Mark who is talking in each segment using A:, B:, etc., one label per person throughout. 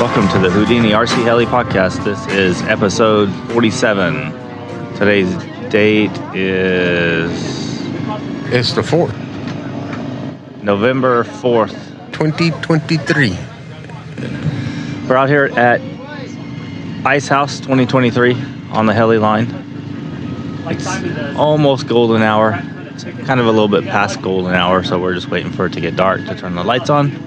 A: Welcome to the Houdini RC Heli podcast. This is episode 47. Today's date is
B: It's the fourth,
A: November 4th,
B: 2023.
A: We're out here at Ice House 2023 on the Heli line. It's almost golden hour. It's kind of a little bit past golden hour, so we're just waiting for it to get dark to turn the lights on.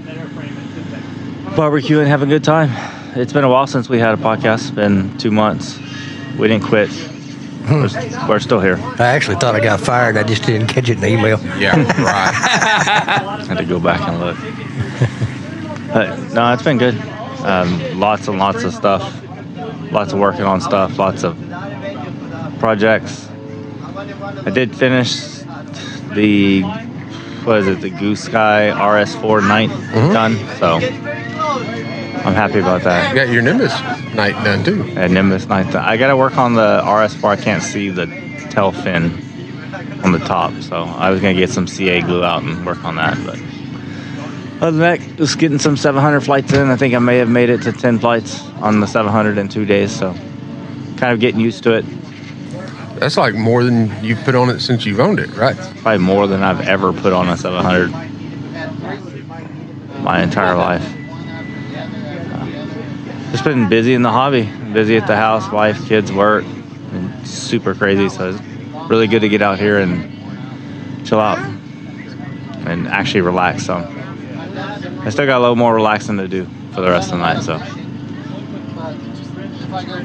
A: Barbecue and having a good time. It's been a while since we had a podcast. It's been two months. We didn't quit. We're, we're still here.
C: I actually thought I got fired. I just didn't catch it in the email.
B: Yeah, right.
A: I had to go back and look. But no, it's been good. Um, lots and lots of stuff. Lots of working on stuff. Lots of projects. I did finish the what is it? The Goose Sky RS4 night done. So I'm happy about that.
B: You got your Nimbus night done too.
A: And Nimbus night. Th- I got to work on the RS4. I can't see the tail fin on the top, so I was gonna get some CA glue out and work on that. But other than that, just getting some 700 flights in. I think I may have made it to 10 flights on the 700 in two days, so kind of getting used to it.
B: That's like more than you've put on it since you've owned it, right?
A: Probably more than I've ever put on a 700 my entire life. Uh, Just been busy in the hobby, busy at the house, wife, kids, work, and super crazy. So it's really good to get out here and chill out and actually relax some. I still got a little more relaxing to do for the rest of the night, so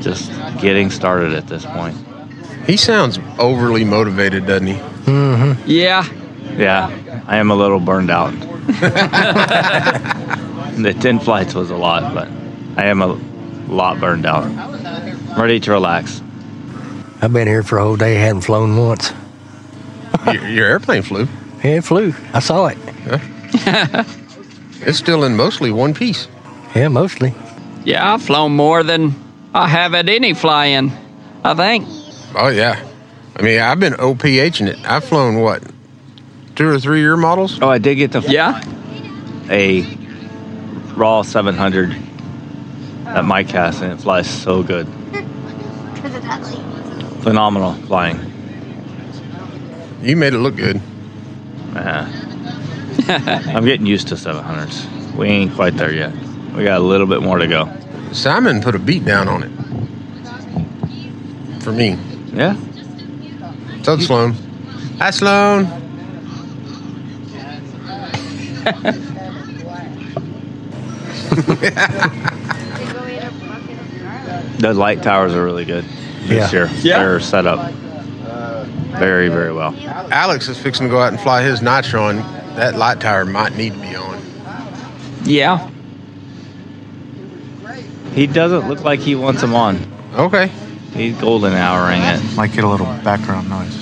A: just getting started at this point.
B: He sounds overly motivated, doesn't he?
D: Yeah.
A: Yeah, I am a little burned out. the 10 flights was a lot, but I am a lot burned out. I'm ready to relax.
C: I've been here for a whole day, hadn't flown once.
B: Your, your airplane flew.
C: Yeah, It flew. I saw it.
B: It's still in mostly one piece.
C: Yeah, mostly.
D: Yeah, I've flown more than I have at any flying, I think.
B: Oh yeah. I mean, I've been OPHing it. I've flown what, two or three year models?
A: Oh, I did get to fly
D: Yeah?
A: a raw 700 at my cast, and it flies so good.
E: Because of that lady.
A: Phenomenal flying.
B: You made it look good.
A: Uh, I'm getting used to 700s. We ain't quite there yet. We got a little bit more to go.
B: Simon put a beat down on it. For me.
A: Yeah,
B: So Sloan. Hi Sloan.
E: They go eat a bucket of garlic.
A: The light towers are really good this
C: Yeah.
A: year.
D: Yeah.
A: They're set up very, very well.
B: Alex is fixing to go out and fly his nitron. That light tower might need to be on.
D: Yeah.
A: He doesn't look like he wants them on.
B: Okay.
A: He's golden houring it.
F: Might get a little background noise.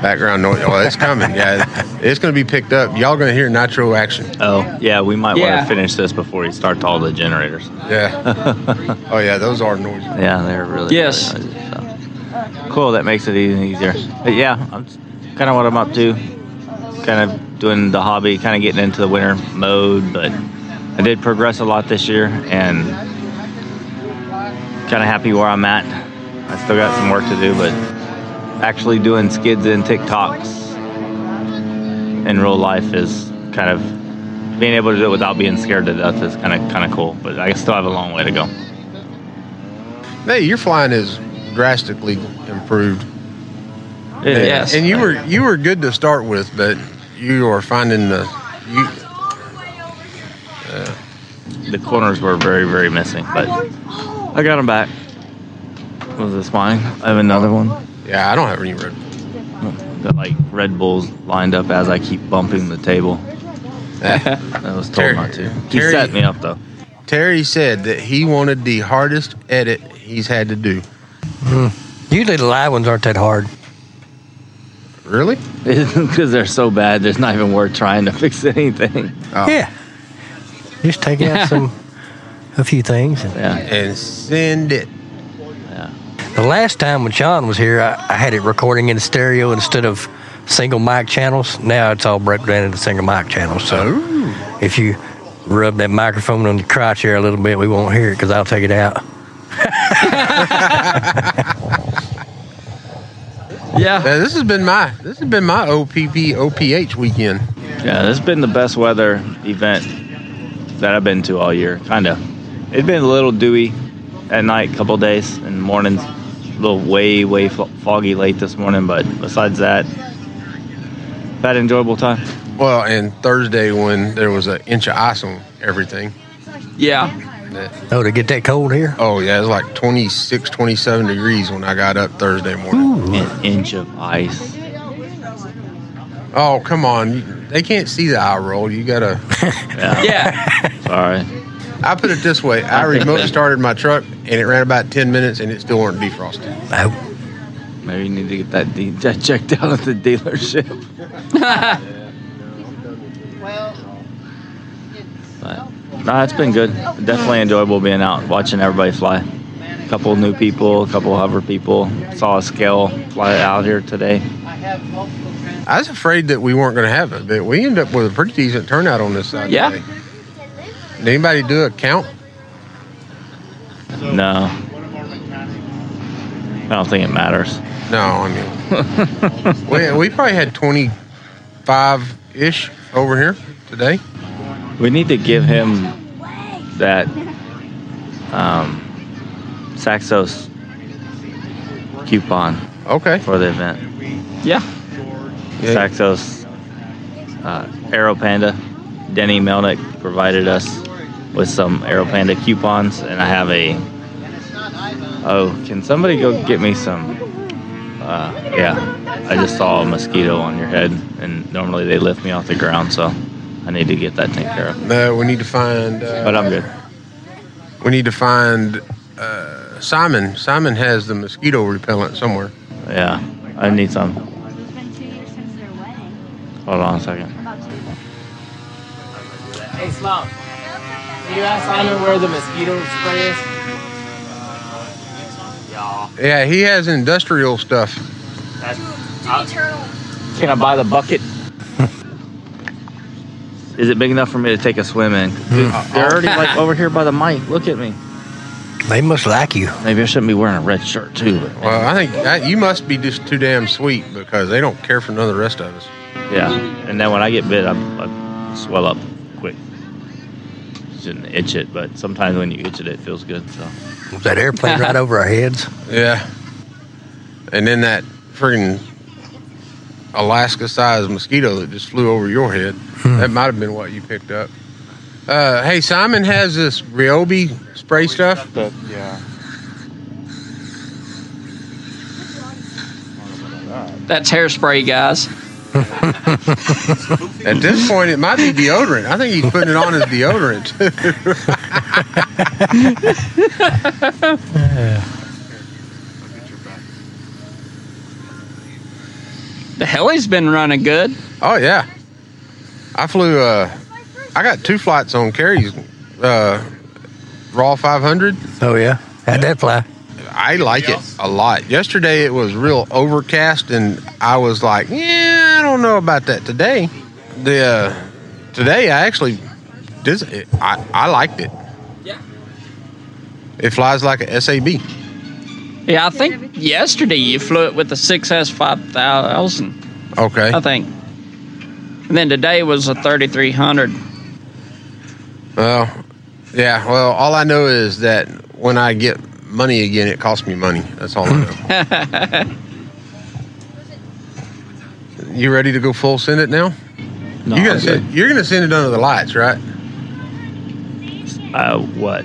B: Background noise. Oh, it's coming, guys. It's going to be picked up. Y'all going to hear nitro action.
A: Oh, yeah, we might want
D: Yeah.
A: to finish this before he starts all the generators.
B: Yeah. oh, yeah. Those are noisy.
A: Yeah, they're really
D: Yes.
A: really noisy, so. Cool, that makes it even easier. But yeah, I'm kind of what I'm up to. Kind of doing the hobby, kind of getting into the winter mode, but I did progress a lot this year and kind of happy where I'm at. I still got some work to do, but actually doing skids and TikToks in real life is kind of being able to do it without being scared to death is kind of kind of cool. But I still have a long way to go.
B: Hey, your flying is drastically improved.
D: Yes.
B: And you were you were good to start with, but you are finding the you
A: the corners were very, very missing, but I got them back. Was this mine? I have another one.
B: yeah, I don't have any room.
A: Got like Red Bulls lined up as I keep bumping the table. I was told
B: Terry-
A: not to. He
B: Terry-
A: set me up though.
B: Terry said that he wanted the hardest edit he's had to do.
C: Usually the live ones aren't that hard.
B: Really?
A: Because they're so bad, there's not even worth trying to fix anything.
B: Oh.
C: Yeah. Just take out some, a few things. And
A: Yeah,
B: And send it.
A: yeah.
C: the last time when Sean was here, I, I had it recording in stereo instead of single mic channels. Now it's all broken down into single mic channels. So if you rub that microphone on your crotch here a little bit. We won't hear it because I'll take it out.
D: Yeah.
B: Yeah, Uh, this has been my this has been my OPP OPH weekend.
A: Yeah, this has been the best weather event that I've been to all year. Kind of. It's been a little dewy at night, couple days, and mornings. A little way, way fo- foggy late this morning, but besides that, had an enjoyable time.
B: Well, and Thursday when there was an inch of ice on everything.
D: Yeah.
C: Oh, to get that cold here?
B: Oh yeah, it was like 26, 27 degrees when I got up Thursday morning.
A: An inch of ice.
B: Oh come on, they can't see the eye roll. You gotta.
A: Yeah.
D: Yeah.
A: Sorry.
B: I put it this way: I remote started my truck and it ran about ten minutes and it still weren't defrosted.
C: Oh,
A: Maybe you need to get that, de- that checked out at the dealership. But no, it's been good. Definitely enjoyable being out, watching everybody fly. A couple new people, a couple hover people. Saw a scale fly out here today.
B: I was afraid that we weren't gonna have it, but we ended up with a pretty decent turnout on this side.
D: Yeah.
B: today. Did anybody do a count?
A: No, I don't think it matters.
B: No, I mean, we, we probably had 25 ish over here today.
A: We need to give him that um, Saxos coupon
B: Okay.
A: for the event.
D: Yeah.
B: Yeah.
A: Saxos uh, Aero Panda. Denny Melnick provided us with some Aero Panda coupons, and I have a. Oh, can somebody go get me some? Uh, yeah, I just saw a mosquito on your head, and normally they lift me off the ground, so I need to get that taken care of.
B: No, we need to find. Uh,
A: But I'm good.
B: We need to find uh, Simon. Simon has the mosquito repellent somewhere.
A: Yeah, I need some.
E: It's been two years since their wedding.
A: Hold on a second.
E: About two.
G: Hey, Slump. Can you ask Simon where the mosquito spray is? Yeah.
B: Yeah, he has industrial stuff.
G: That's,
A: Can I buy the bucket? Is it big enough for me to take a swim in? Dude, They're already like over here by the mic. Look at me.
C: they must like you.
A: Maybe I shouldn't be wearing a red shirt too. But
B: Well, I think that, you must be just too damn sweet because they don't care for none of the rest of us.
A: yeah. And then when I get bit, I, I swell up quick. Shouldn't itch it, but sometimes when you itch it, it feels good. So
C: Was that airplane right over our heads?
B: Yeah. And then that friggin' Alaska sized mosquito that just flew over your head. That might have been what you picked up. Uh, hey, Simon has this Ryobi spray stuff.
F: But, yeah.
D: That's hairspray, guys.
B: At this point, it might be deodorant. I think he's putting it on as deodorant.
D: The heli's been running good.
B: oh, yeah. I flew, uh, I got two flights on Carrie's uh, Raw 500.
C: Oh, yeah. How'd that fly?
B: I like it a lot. Yesterday it was real overcast, and I was like, "Yeah, I don't know about that." Today, the uh, today I actually dis- I I liked it.
D: Yeah.
B: It flies like a SAB.
D: Yeah, I think yesterday you flew it with the 6S5000,
B: Okay.
D: I think. And then today was a 3300.
B: Well, yeah. Well, all I know is that when I get money again, it costs me money. That's all I know. you ready to go full send it now?
A: no,
B: you're
A: I'm
B: gonna send, you're gonna send it under the lights, right?
A: good. Uh, what?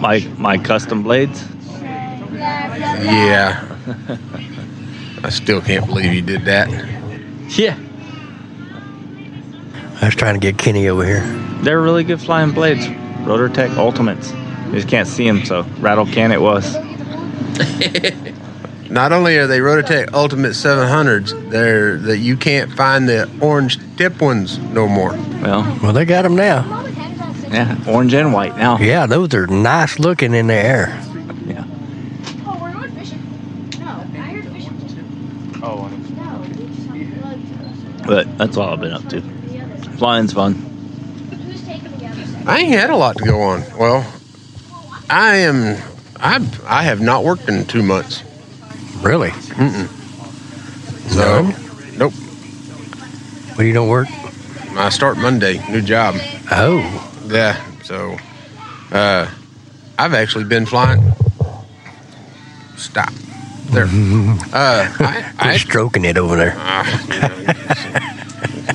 A: My my custom blades.
B: Yeah. I still can't believe you did that.
D: Yeah.
C: I was trying to get Kenny over here.
A: They're really good flying blades. Rotortech Ultimates. You just can't see them, so rattle can it was.
B: Not only are they Rototech Ultimate 700s, they're that you can't find the orange tip ones no more.
A: Well,
C: Well, they got him now.
E: Mom and Dad's all sitting-
A: yeah, orange and white now.
C: Yeah, those are nice looking in the air.
A: Yeah.
E: Oh, we're going fishing. No, I heard fishing just.
F: Oh, on it.
E: No, we just have to
A: But that's all I've been up to. Flying's fun.
E: Who's taking
B: I ain't had a lot to go on. Well, I am. I I have not worked in two months.
C: Really?
B: So, nope.
C: Well, you don't work?
B: I start Monday, new job.
C: Oh,
B: Yeah. So, uh, I've actually been flying. Stop. There. Uh, I,
C: you're
B: I
C: stroking it over there.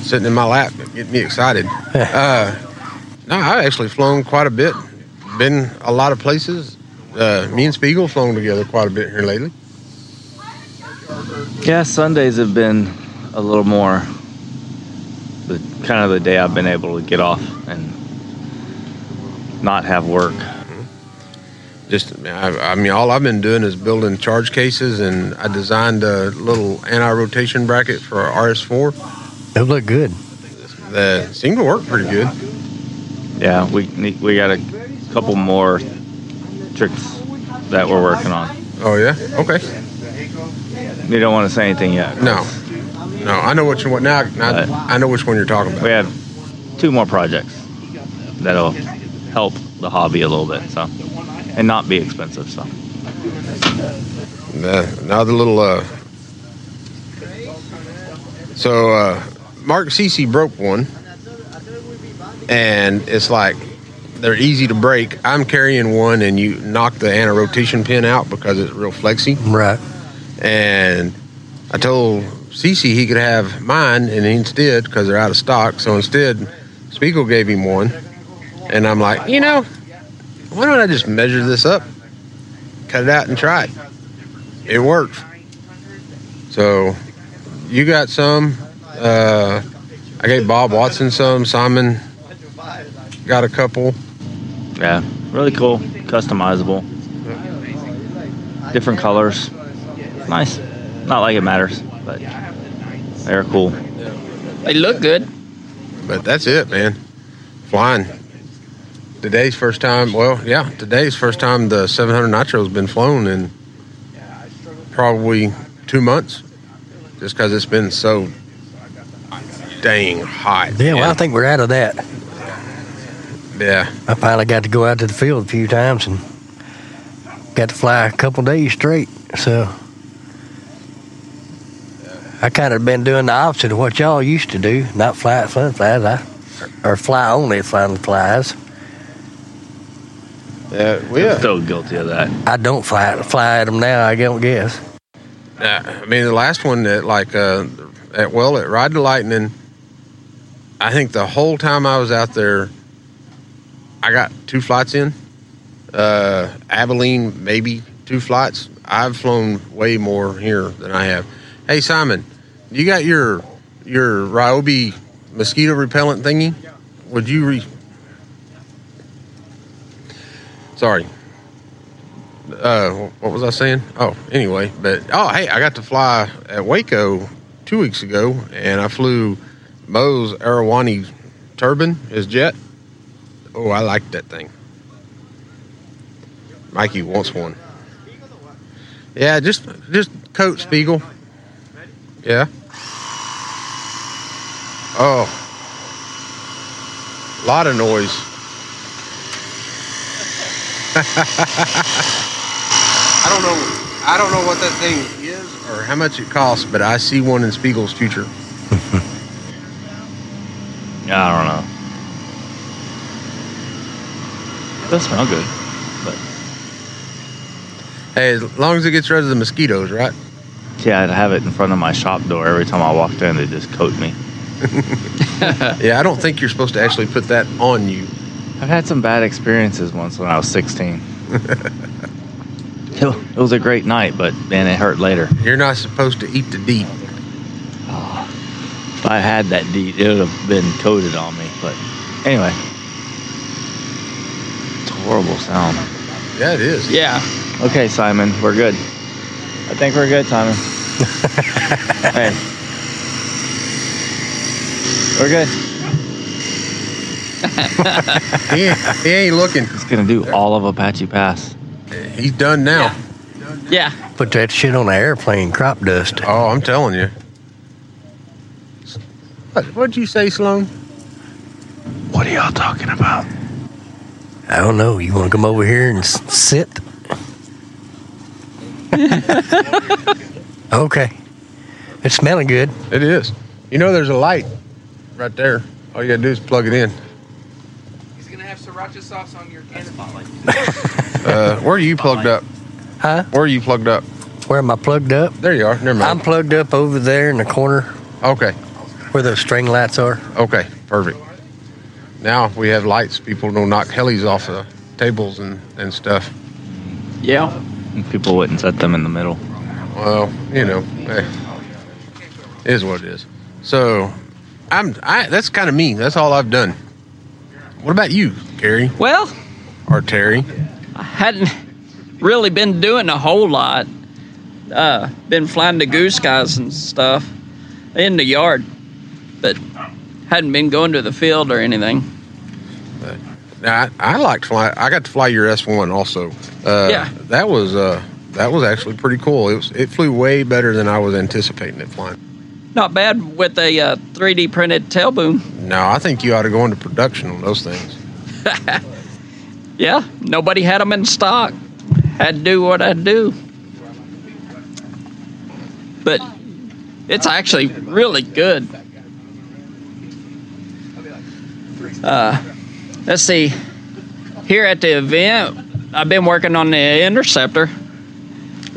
B: sitting in my lap, getting me excited. Uh, no, I've actually flown quite a bit, been a lot of places. Uh, me and Spiegel flown together quite a bit here lately.
A: Yeah, Sundays have been a little more the kind of the day I've been able to get off and not have work.
B: Just, I, I mean, all I've been doing is building charge cases, and I designed a little anti-rotation bracket for our RS4
C: It looked good.
B: that seemed to work pretty good.
A: Yeah, we need- we got a couple more tricks that we're working on.
B: Oh yeah, okay.
A: You don't want to say anything yet.
B: No, no, I know what you want now. I, I know which one you're talking
A: We
B: about.
A: have two more projects that'll help the hobby a little bit, so and not be expensive. So
B: Uh, another little. Uh, so uh, Mark Cece broke one, and it's like they're easy to break. I'm carrying one, and you knock the anti-rotation pin out because it's real flexy.
C: Right.
B: and I told Cece he could have mine, and instead, because they're out of stock, so instead, Spiegel gave him one, and I'm like, you know, why don't I just measure this up, cut it out, and try it? It worked. So, you got some. Uh, I gave Bob Watson some. Simon got a couple.
A: yeah, really cool, customizable, different colors, nice. Not like it matters, but they're cool.
D: They look good.
B: But that's it, man. Flying. Today's first time. Well, yeah, today's first time the 700 nitro's been flown in probably two months, just because it's been so dang hot.
C: Yeah, well, I think we're out of that.
B: yeah.
C: I finally got to go out to the field a few times and got to fly a couple days straight. So I kind of been doing the opposite of what y'all used to do, not fly at fun flies, I, or fly only at fun flies.
B: Yeah.
A: I'm still guilty of that.
C: I don't fly at, fly at them now, I don't guess.
B: Yeah, I mean the last one that like uh, at well at Ride the Lightning. I think the whole time I was out there, I got two flights in. Uh, Abilene maybe two flights. I've flown way more here than I have. Hey Simon, you got your your Ryobi mosquito repellent thingy? Would you re? Sorry, uh, what was I saying? Oh, anyway, but oh, hey, I got to fly at Waco two weeks ago, and I flew Moe's Arawani turbine, his jet. Oh, I like that thing. Mikey wants one. Yeah, just just coat Spiegel. Yeah. Oh, lot of noise. I don't know. I don't know what that thing is or how much it costs, but I see one in Spiegel's future.
A: I don't know. Does smell good, but
B: Hey, as long as it gets rid of the mosquitoes, right?
A: yeah, I'd have it in front of my shop door every time I walked in. They just coat me.
B: Yeah, I don't think you're supposed to actually put that on you.
A: I've had some bad experiences once when I was 16. it it was a great night, but man, it hurt later.
B: You're not supposed to eat the deep.
A: If I had that deed, it would have been coated on me. But anyway, it's a horrible sound.
B: Yeah, it is.
D: Yeah.
A: Okay, Simon, we're good. I think we're good, Simon. hey, we're good.
B: He, ain't- he ain't looking.
A: He's gonna do all of Apache Pass.
B: He's done now.
D: Yeah.
C: Put that shit on an airplane, crop dust.
B: Oh, I'm telling you. What, what'd you say, Sloan?
A: What are y'all talking about?
C: I don't know. You want to come over here and s- sit? okay. It's smelling good.
B: It is. You know, there's a light right there. All you gotta do is plug it in.
H: He's gonna have sriracha sauce on your can spotlight.
B: Uh, where are you plugged up?
C: Huh?
B: Where are you plugged up?
C: Where am I plugged up?
B: There you are. Never
C: I'm
B: mind.
C: plugged up over there in the corner
B: okay.
C: where those string lights are.
B: Okay. Perfect. Now we have lights. People don't knock helis off the tables and, and stuff.
D: Yeah.
A: People wouldn't set them in the middle.
B: Well, you know, hey, it is what it is. So, I'm. I that's kind of me. That's all I've done. What about you, Gary
D: Well,
B: or Terry?
D: I hadn't really been doing a whole lot. Uh, been flying to goose guys and stuff in the yard, but hadn't been going to the field or anything.
B: Now, I, I liked fly. I got to fly your S one also. Uh,
D: Yeah.
B: That was uh, that was actually pretty cool. It was it flew way better than I was anticipating it flying.
D: Not bad with a uh, 3D printed tail boom.
B: No, I think you ought to go into production on those things.
D: Yeah, nobody had them in stock. Had to do what I do. But it's actually really good. Uh, let's see. Here at the event, I've been working on the interceptor,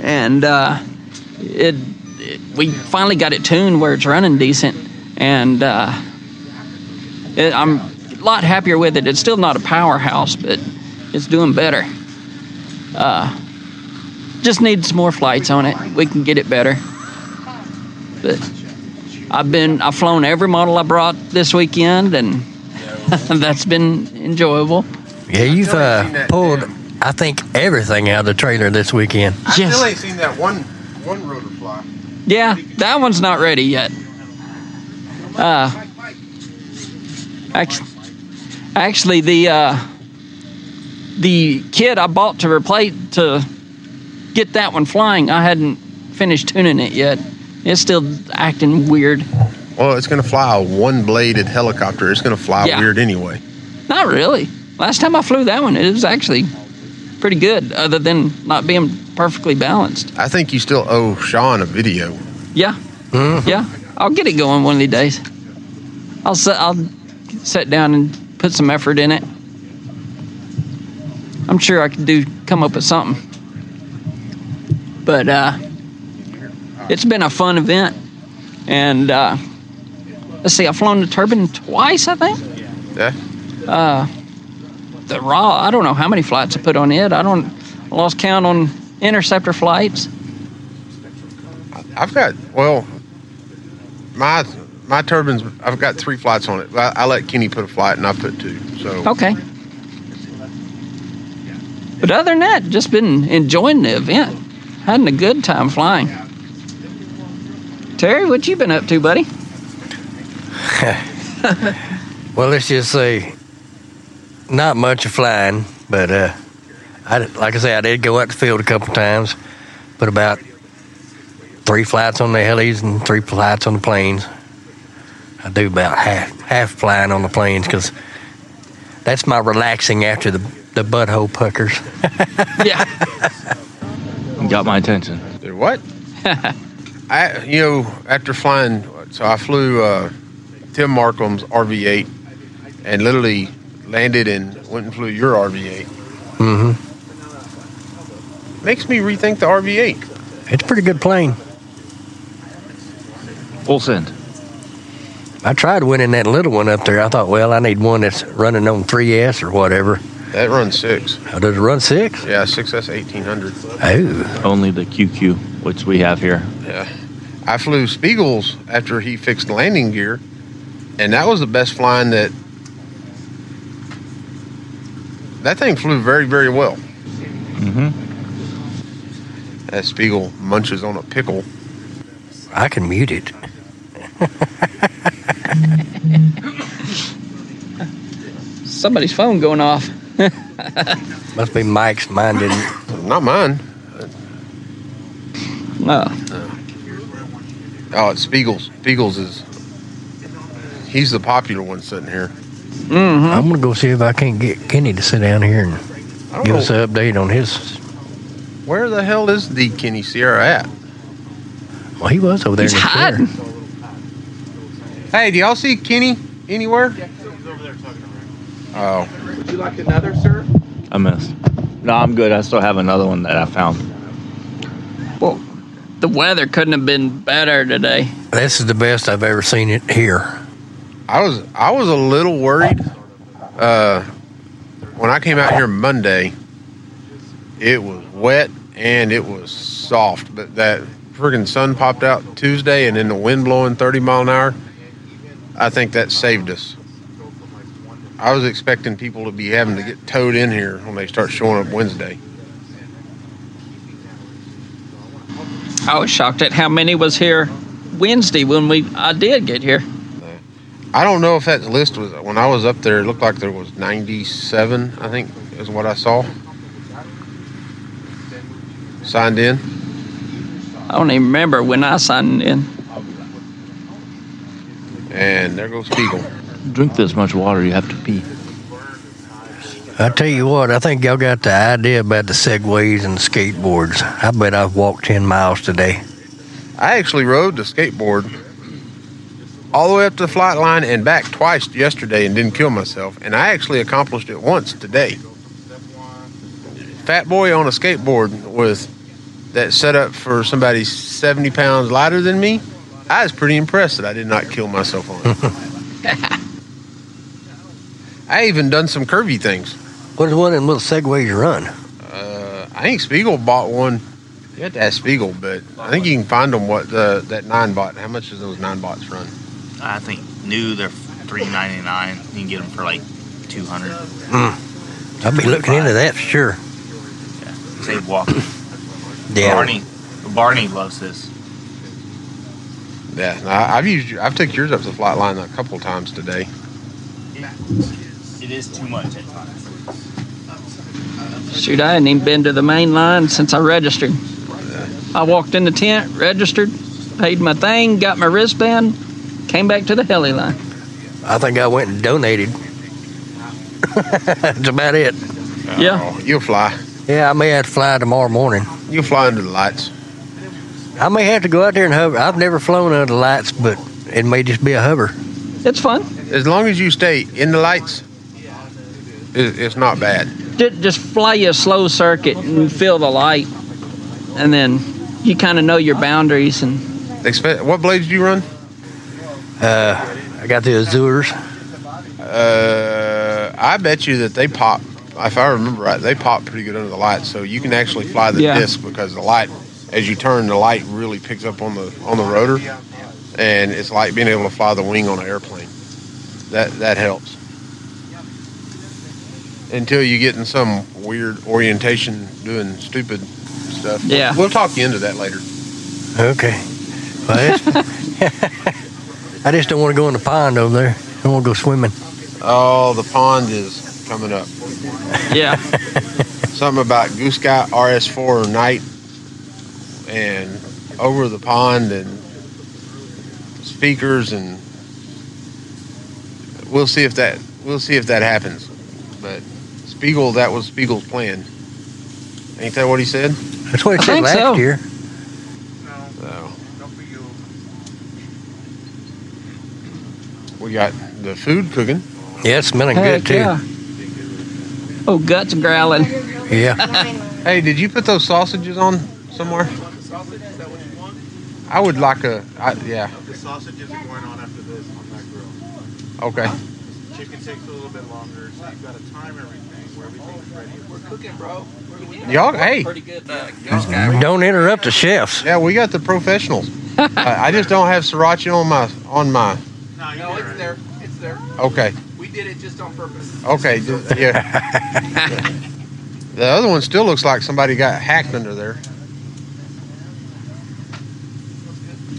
D: and uh, it, it we finally got it tuned where it's running decent, and uh, it, I'm a lot happier with it. It's still not a powerhouse, but it's doing better. Uh, just needs more flights on it. We can get it better. But I've been I've flown every model I brought this weekend, and that's been enjoyable.
C: Yeah, you've
B: still ain't seen
C: uh,
B: that
C: pulled,
B: damn-
C: I think, everything out of the trailer this weekend.
B: I
D: Yes.
B: still ain't seen that one one rotor fly.
D: Yeah, that one's not ready yet. Uh, act- actually, the uh, the kit I bought to replace to get that one flying, I hadn't finished tuning it yet. It's still acting weird.
B: Well, it's gonna fly a one bladed helicopter. It's gonna fly
D: Yeah.
B: weird anyway.
D: Not really. Last time I flew that one, it was actually pretty good, other than not being perfectly balanced.
B: I think you still owe Sean a video.
D: Yeah, yeah. I'll get it going one of these days. I'll sit, I'll sit down and put some effort in it. I'm sure I could do come up with something. But uh, it's been a fun event, and uh, let's see. I've flown the turbine twice, I think
B: Yeah.
D: the raw. I don't know how many flights I put on it. I don't I lost count on interceptor flights.
B: I've got well, my my turbines. I've got three flights on it. I, I let Kenny put a flight, and I put two. So
D: Okay. But other than that, just been enjoying the event, having a good time flying. Terry, what you been up to, buddy?
C: Well, let's just say, not much of flying, but uh, I did- like I say, I did go out the field a couple times, put about three flights on the helis and three flights on the planes. I do about half half flying on the planes because that's my relaxing after the the butthole puckers.
D: Yeah.
A: Got my attention.
B: Did what? I you know after flying, so I flew uh, Tim Markham's RV8, and literally landed and went and flew your RV8.
C: Mm-hmm.
B: Makes me rethink the RV8.
C: It's a pretty good plane.
A: Full send.
C: I tried winning that little one up there. I thought, well, I need one that's running on 3S or whatever.
B: That runs six.
C: Oh, does it run six?
B: Yeah, six S eighteen hundred.
C: Oh,
A: Only the QQ, which we have here.
B: Yeah. I flew Spiegel's after he fixed landing gear, and that was the best flying that. That thing flew very, very well.
A: Mm-hmm.
B: That Spiegel munches on a pickle.
C: I can mute it.
D: Somebody's phone going off.
C: Must be Mike's. Mine didn't.
D: Mm-hmm.
B: Not mine.
D: Uh,
B: Uh, Oh, it's Spiegel's. Spiegel's is. He's the popular one sitting here.
D: Mm-hmm.
C: I'm gonna go see if I can't get Kenny to sit down here and
B: I don't
C: give
B: know
C: us
D: Oh.
C: an update on his.
B: where the hell is the Kenny Sierra at.
C: Well, he was over there.
D: He's
C: in the chair.
D: hiding.
B: Hey, do y'all see Kenny anywhere? Oh,
H: Would you like another, sir?
A: I missed. No, I'm good. I still have another one that I found.
D: Well, the weather couldn't have been better today.
C: This is the best I've ever seen it here.
B: I was I was a little worried. Uh, when I came out here Monday, it was wet and it was soft, but that friggin' sun popped out Tuesday, and then the wind blowing 30 mile an hour. I think that saved us. I was expecting people to be having to get towed in here when they start showing up Wednesday.
D: I was shocked at how many was here Wednesday when we I did get here.
B: I don't know if that list was when I was up there. It looked like there was 97. I think is what I saw. Signed in.
D: I don't even remember when I signed in.
B: And there goes Spiegel.
A: Drink this much water, you have to pee.
C: I tell you what, I think y'all got the idea about the segways and the skateboards. I bet I've walked ten miles today.
B: I actually rode the skateboard all the way up to the flight line and back twice yesterday and didn't kill myself. And I actually accomplished it once today. Fat boy on a skateboard with that setup for somebody 70 pounds lighter than me. I was pretty impressed that I did not kill myself on it. I even done some curvy things.
C: What is one of them little segways you run?
B: Uh, I think Spiegel bought one. You have to ask Spiegel, but I think you can find them. What the that nine bot? How much does those nine bots run?
F: I think new. They're three ninety nine. You can get them for like two hundred.
C: I'll be looking into that for sure.
F: Save walking. Barney, Barney loves this.
B: Yeah, no, I- I've used. I've took yours up to the flight line a couple times today.
F: It is too much.
D: Shoot, I hadn't even been to the main line since I registered. I walked in the tent, registered, paid my thing, got my wristband, came back to the heli line.
C: I think I went and donated. That's about it.
D: Yeah.
B: Oh, you'll fly.
C: Yeah, I may have to fly tomorrow morning.
B: You'll fly under the lights.
C: I may have to go out there and hover. I've never flown under the lights, but it may just be a hover.
D: It's fun.
B: As long as you stay in the lights, it, it's not bad.
D: Ju- Just fly you a slow circuit and feel the light. And then you kind of know your boundaries. And
B: Expe- what blades do you run?
C: Uh, I got the Azures.
B: Uh, I bet you that they pop. If I remember right, they pop pretty good under the lights. So you can actually fly the
D: Yeah.
B: disc because the light, as you turn, the light really picks up on the on the rotor, and it's like being able to fly the wing on an airplane. That that helps. Until you get in some weird orientation doing stupid stuff.
D: Yeah.
B: we'll talk you into that later.
C: Okay. Well, it's- I just don't want to go in the pond over there. I don't want to go swimming.
B: Oh, the pond is coming up.
D: yeah,
B: something about Goose Guy RS4 night and over the pond and speakers and we'll see if that we'll see if that happens. But Spiegel, that was Spiegel's plan. Ain't that what he said?
C: That's what it
D: I
C: said
D: think
C: last
D: so.
C: year.
B: So we got the food cooking.
C: Yeah, it's smelling
D: heck
C: good too.
D: yeah. Oh, guts growling.
C: Yeah.
B: Hey, did you put those sausages on somewhere? I would like a I, yeah.
I: The sausages are going on after this on that grill.
B: Okay.
I: Chicken takes a little bit longer, so you've got to time everything where everything's ready.
H: We're cooking, bro.
B: Y'all hey,
H: Pretty good. Uh, y'all got
C: Don't interrupt the chefs.
B: Yeah, we got the professionals. I, I just don't have sriracha on my on my.
I: No,
H: No,
I: you're
H: it's there. It's there.
B: Okay,
H: We did it just on purpose.
B: okay, d- yeah. the other one still looks like somebody got hacked under there.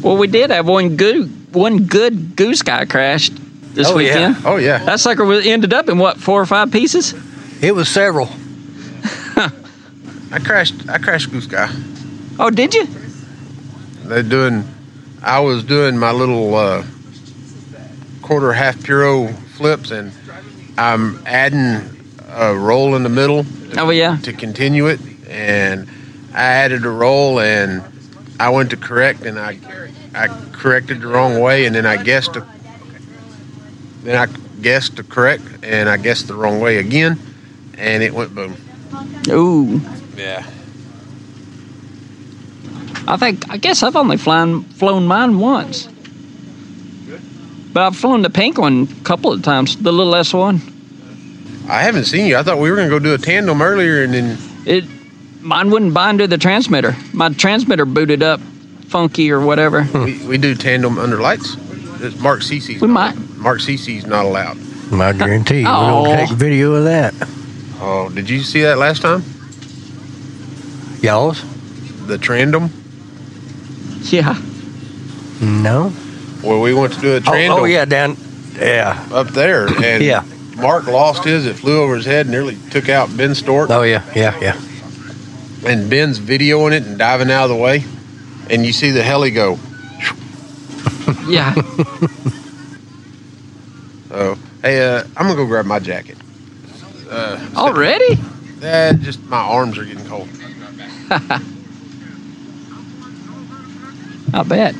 D: Well, we did have one good one good goose guy crashed this
C: Oh, yeah.
D: weekend.
B: Oh yeah,
D: That sucker was ended up in what four or five pieces.
C: It was several.
B: I crashed. I crashed Goose Guy.
D: Oh, did you?
B: They're doing. I was doing my little uh, quarter half puro flips, and I'm adding a roll in the middle
D: Oh, yeah.
B: to continue it, and I added a roll, and I went to correct, and I I corrected the wrong way, and then I guessed the, then I guessed the correct, and I guessed the wrong way again, and it went boom.
D: Ooh.
B: Yeah.
D: I think I guess I've only flown flown mine once. But I've flown the pink one a couple of times, the little S one.
B: I haven't seen you. I thought we were gonna go do a tandem earlier, and then
D: It mine wouldn't bind to the transmitter. My transmitter booted up funky or whatever.
C: Hmm.
B: we, we do tandem under lights. It's Mark Cece's.
D: We
B: not-
D: might.
B: Mark Cece's not allowed.
C: I guarantee you, we
D: Oh.
C: don't take video of that.
B: Oh, did you see that last time?
C: Y'all's?
B: The tandem.
D: Yeah.
C: No.
B: Where we went to do a
C: Oh,
B: tandem
C: oh, yeah, down. Yeah.
B: up there, and
C: Yeah.
B: Mark lost his. It flew over his head, and nearly took out Ben Stork.
C: Oh yeah, yeah, yeah.
B: And Ben's videoing it and diving out of the way, and you see the heli go.
D: Yeah.
B: Oh, hey, uh, I'm gonna go grab my jacket. Uh,
D: Already?
B: eh, just my arms are getting cold.
D: I bet.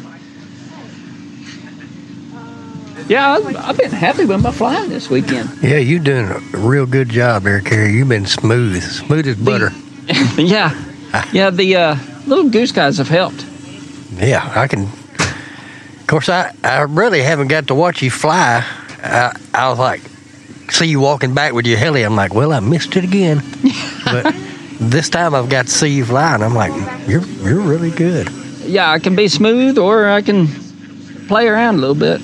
D: Yeah, I've, I've been happy with my flying this weekend.
C: Yeah, you doing a real good job, Eric Carey. You've been smooth, smooth as butter.
D: yeah. Yeah, the uh, little goose guys have helped.
C: Yeah, I can. Of course, I, I really haven't got to watch you fly. I, I was like, see you walking back with your heli. I'm like, well, I missed it again. but this time I've got to see you fly, and I'm like, you're you're really good.
D: yeah, I can be smooth or I can play around a little bit.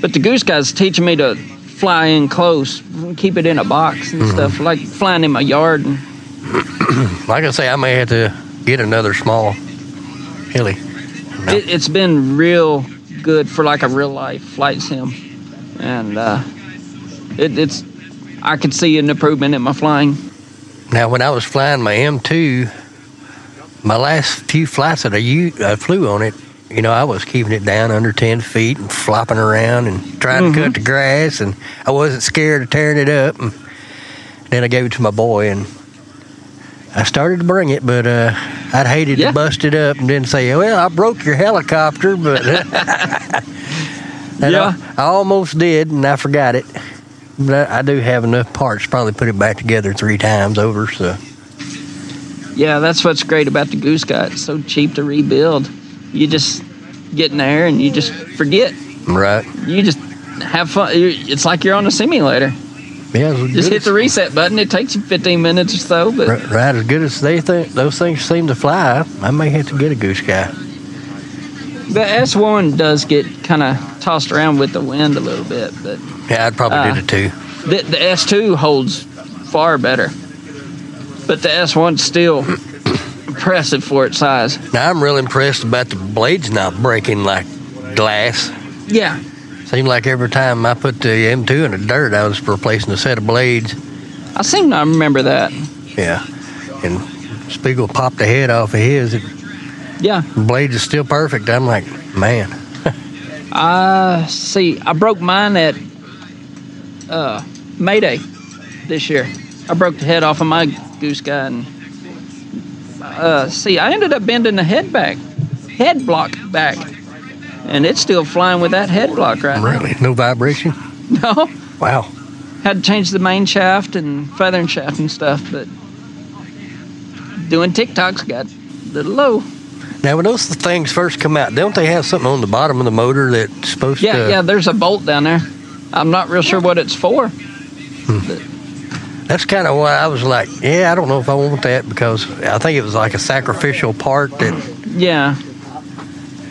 D: But the goose guy's teaching me to fly in close, keep it in a box and stuff, like flying in my yard. And,
C: Like I say, I may have to get another small heli. Yeah.
D: it, it's been real good for like a real life flight sim, and uh, it, it's I could see an improvement in my flying.
C: Now, when I was flying my M2, my last few flights that I, u- I flew on it, you know, I was keeping it down under 10 feet and flopping around and trying to
D: Mm-hmm.
C: cut the grass, and I wasn't scared of tearing it up. And then I gave it to my boy, and I started to bring it, but uh, I'd hated
D: Yeah.
C: to bust it up and then say, Well, I broke your helicopter, but. uh, And
D: Yeah.
C: I, I almost did, and I forgot it. But I, I do have enough parts to probably put it back together three times over, so.
D: Yeah, that's what's great about the goose guy. It's so cheap to rebuild. You just get in there and you just forget.
C: Right.
D: You just have fun. You- It's like you're on a simulator.
C: Yeah. As
D: Just
C: good
D: hit the reset button. It takes you 15 minutes or so, but
C: as, ri- right as good as they think those things seem to fly. I may have to get a goose guy.
D: the S1 does get kind of tossed around with the wind a little bit. But
C: Yeah, I'd probably
D: Ah.
C: do the two.
D: the, the S2 holds far better. But the S1's still impressive for its size.
C: Now I'm real impressed about the blades not breaking like glass.
D: Yeah.
C: Seemed like every time I put the M2 in the dirt, I was replacing a set of blades.
D: I seem to remember that.
C: Yeah, and Spiegel popped the head off of his. The
D: Yeah.
C: blades is still perfect. I'm like, man.
D: I see. I broke mine at uh, May Day this year. I broke the head off of my goose guy, and uh, see, I ended up bending the head back, head block back, and it's still flying with that head block right
C: Really? No vibration?
D: now. No,
C: Wow.
D: had to change the main shaft and feathering shaft and stuff, but doing TikToks got a little low.
C: Now, when those things first come out, don't they have something on the bottom of the motor that's supposed
D: Yeah,
C: to?
D: yeah. There's a bolt down there. I'm not real sure what it's for.
C: That's kind of why I was like, yeah, I don't know if I want that because I think it was like a sacrificial part that,
D: Yeah.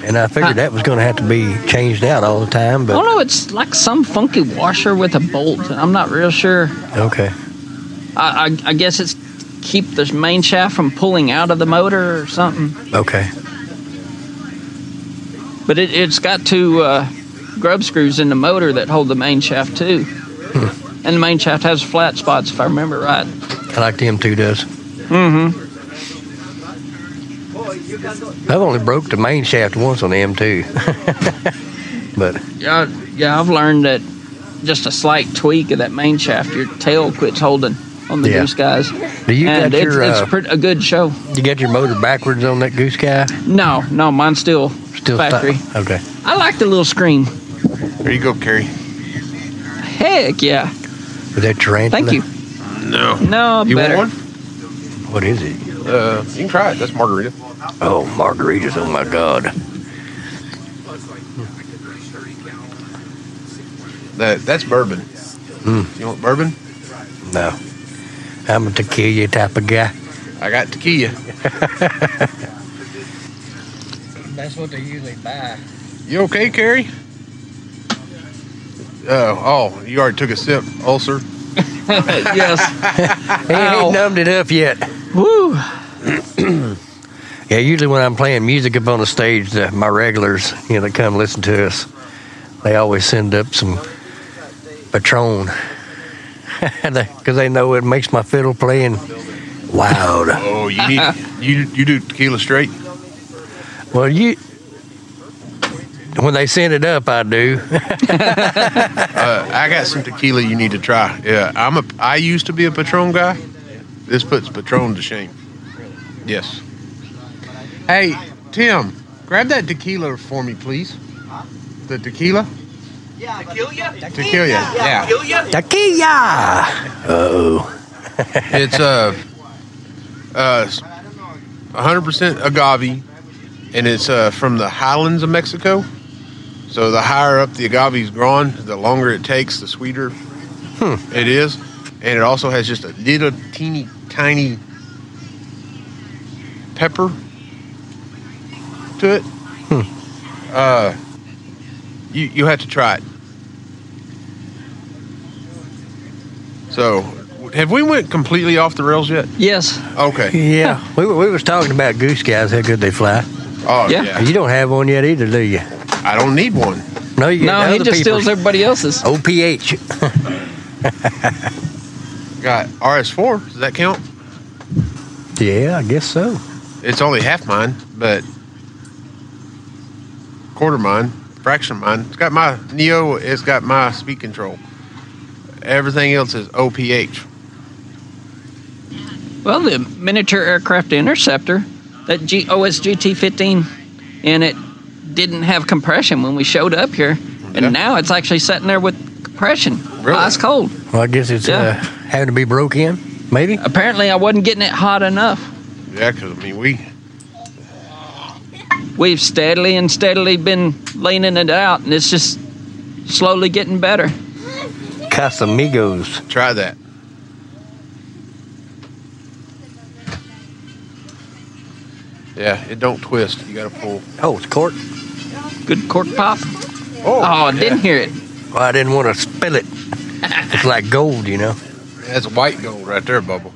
C: and I figured that was going to have to be changed out all the time.
D: I don't
C: But
D: know. It's like some funky washer with a bolt. I'm not real sure.
C: okay,
D: I, I, I guess it's keep the main shaft from pulling out of the motor or something.
C: okay,
D: But it, it's got two uh, grub screws in the motor that hold the main shaft too.
C: Hmm.
D: And the main shaft has flat spots, if I remember right.
C: I like the M2 does.
D: Mm-hmm.
C: I've only broke the main shaft once on the M2, but
D: Yeah, yeah. I've learned that just a slight tweak of that main shaft, your tail quits holding on the
C: Yeah.
D: goose guys.
C: Do you
D: and
C: got
D: it's,
C: your,
D: it's
C: uh,
D: pretty, a good show.
C: You got your motor backwards on that goose guy?
D: No, no, mine's still,
C: Still stuck?
D: factory.
C: Okay.
D: I like the little screen.
F: There you go, Kerry.
D: Heck yeah!
C: Is that tarantula?
D: Thank you.
B: No.
D: No,
B: You
D: better.
B: want one?
C: What is it?
B: Uh, you can try it. That's margarita.
C: Oh, margaritas. Oh, my God.
B: That that's bourbon. You want bourbon?
C: No. I'm a tequila type of guy.
B: I got tequila.
C: That's what they usually buy.
B: You okay, Carrie? Oh, oh, you already took a sip. Ulcer.
D: yes.
C: He
D: Ow.
C: ain't numbed it up yet.
D: Woo.
C: Yeah, usually when I'm playing music up on the stage, the, my regulars, you know, that come listen to us, they always send up some Patron. Because they know it makes my fiddle playing loud.
B: Oh, you need you you do tequila straight.
C: Well, you. When they send it up, I do.
B: Uh, I got some tequila you need to try. Yeah, I'm a I used to be a Patron guy. This puts Patron to shame. Yes. Hey, Tim, grab that tequila for me, please. The tequila. Tequila. Tequila. Yeah.
C: Tequila! Oh.
B: it's uh uh 100% agave and it's uh from the highlands of mexico so the higher up the agave's grown the longer it takes the sweeter it is and it also has just a little teeny tiny pepper to it uh you you have to try it so have we went completely off the rails yet
D: Yes.
B: okay
C: Yeah, we, were- we was talking about goose guys, how good they fly.
B: Oh
D: Yeah.
B: yeah.
C: You don't have one yet either, do you?
B: I don't need one.
C: No, you
D: No, he
C: other
D: just
C: people's.
D: steals everybody else's.
C: OPH.
B: Got RS4. Does that count?
C: Yeah, I guess so.
B: It's only half mine, but quarter mine, fraction mine. It's got my Neo. It's got my speed control. Everything else is OPH.
D: Well, the miniature aircraft interceptor, that G- OSGT 15, and it didn't have compression when we showed up here, and
B: Yeah.
D: now it's actually sitting there with compression,
B: Really?
D: ice cold.
C: Well, I guess it's uh,
D: Yeah.
C: having to be broke in, maybe.
D: Apparently, I wasn't getting it hot enough.
B: Yeah, because I mean we.
D: We've steadily and steadily been leaning it out, and it's just slowly getting better.
C: Casamigos.
B: Try that. Yeah, it don't twist. You gotta pull.
C: Oh, it's cork.
D: Good cork pop. Oh, I didn't hear it.
C: Well, I didn't want to spill it. it's like gold, you know.
B: That's white gold right there, Bubble.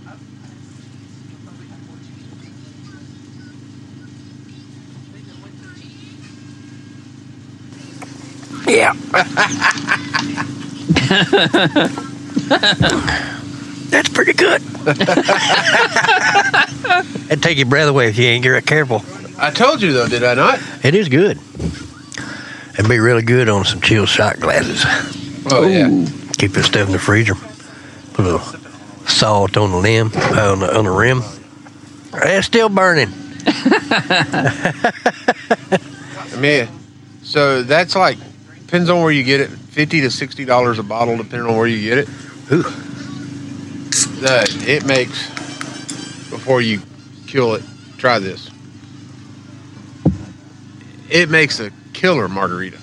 C: Yeah. That's pretty good. It'd take your breath away if you ain't get careful.
B: I told you though, did I not?
C: It is good. It'd be really good on some chilled shot glasses.
B: Oh yeah.
C: Keep this stuff in the freezer. Put a little salt on the limb, on the, on the rim. It's still burning.
B: I mean, so that's like depends on where you get it. Fifty to sixty dollars a bottle, depending on where you get it.
C: Ooh.
B: Uh, it makes before you kill it. Try this. It makes a killer margarita.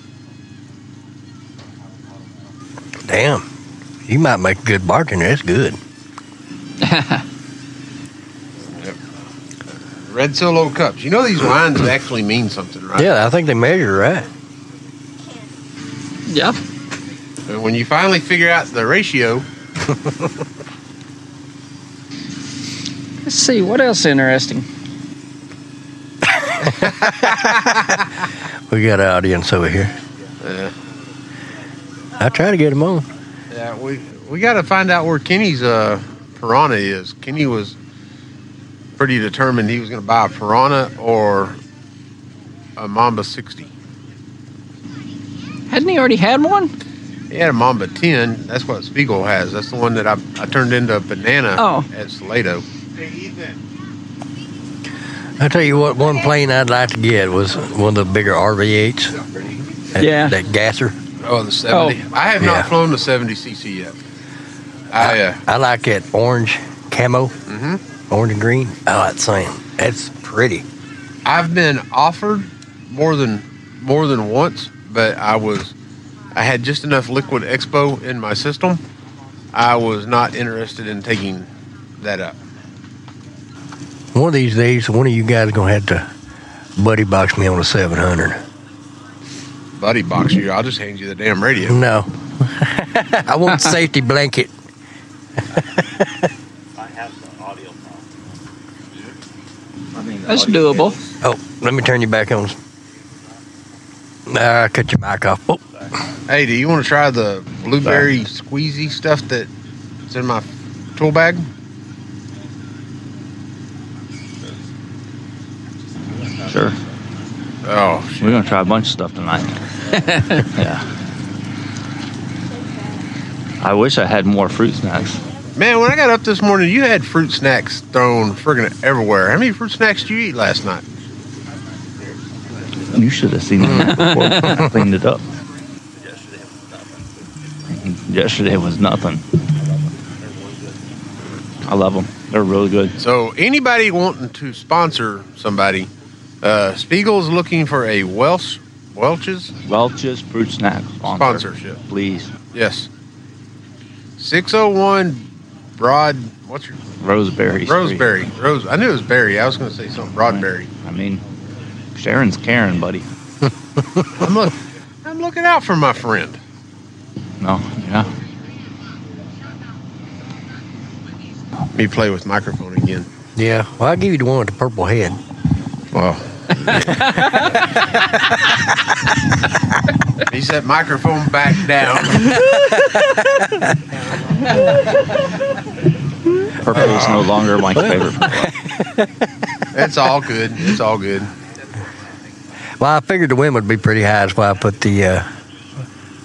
C: Damn. You might make a good bartender. That's good.
B: Red Solo cups. You know these wines actually mean something, right?
C: Yeah, I think they measure right.
D: Yeah.
B: And when you finally figure out the ratio,
D: Let's see what else interesting.
C: We got an audience over here.
B: Yeah.
C: I try to get them on.
B: yeah, we we got to find out where Kenny's uh, piranha is. Kenny was pretty determined he was going to buy a piranha or a Mamba 60.
D: Hadn't he already had one?
B: He had a Mamba 10. That's what Spiegel has. That's the one that I, I turned into a banana
D: Oh.
B: at Salado.
C: I tell you what, one plane I'd like to get was one of the bigger RV8s. That-
D: Yeah.
C: That gasser.
B: Oh, the 70. I have
C: Yeah.
B: not flown the 70cc yet. I, uh,
C: I like that orange camo, orange and green. I like saying that's pretty.
B: I've been offered more than more than once, but I was I had just enough liquid expo in my system. I was not interested in taking that up.
C: One of these days, one of you guys gonna have to buddy box me on a 700.
B: Buddy box you, I'll just hand you the damn radio.
C: No, I want safety blanket.
D: That's doable.
C: Oh, let me turn you back on. Nah, I cut your mic off. Oh,
B: Hey, do you want to try the blueberry squeezy stuff that's in my tool bag?
A: Sure.
B: Oh,
A: We're gonna try a bunch of stuff tonight. yeah. I wish I had more fruit snacks.
B: man! When I got up this morning, you had fruit snacks thrown friggin' everywhere. How many fruit snacks did you eat last night?
A: You should have seen it before I cleaned it up. Yesterday was nothing. I love them. They're really good.
B: So anybody wanting to sponsor somebody, uh, Spiegel's looking for a Welsh Welch's
A: Welch's fruit snack sponsor,
B: sponsorship.
A: please.
B: Yes. Six oh one Broad what's your
A: Roseberry. Street.
B: Roseberry. Rose I knew it was Berry. I was gonna say something Broadberry.
A: I mean, Sharon's Karen, buddy.
B: I'm look I'm looking out for my friend.
A: No, yeah.
B: Let me play with microphone again.
C: yeah. Well, I'll give you the one with the purple head.
B: Wow. he said microphone back down.
A: Purple is no longer my favorite.
B: It's all good. It's all good.
C: Well, I figured the wind would be pretty high. That's why I put the uh,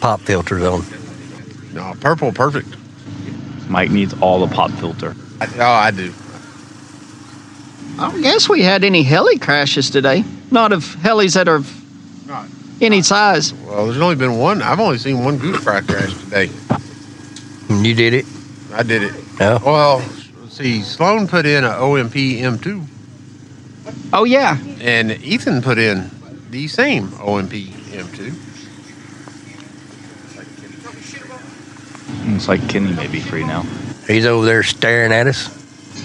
C: pop filters on.
B: No, purple perfect.
A: Mike needs all the pop filter.
B: I, oh I do.
D: I don't guess we had any heli crashes today. Not of helis that are of
B: Not-
D: any size.
B: Well, there's only been one. I've only seen one goose fry crash today.
C: You did it.
B: I did it.
C: No.
B: Well, let's see, Sloan put in a OMP M2,
D: Oh yeah,
B: and Ethan put in the same OMP M2.
A: It's like Kenny may be free now.
C: He's over there staring at us.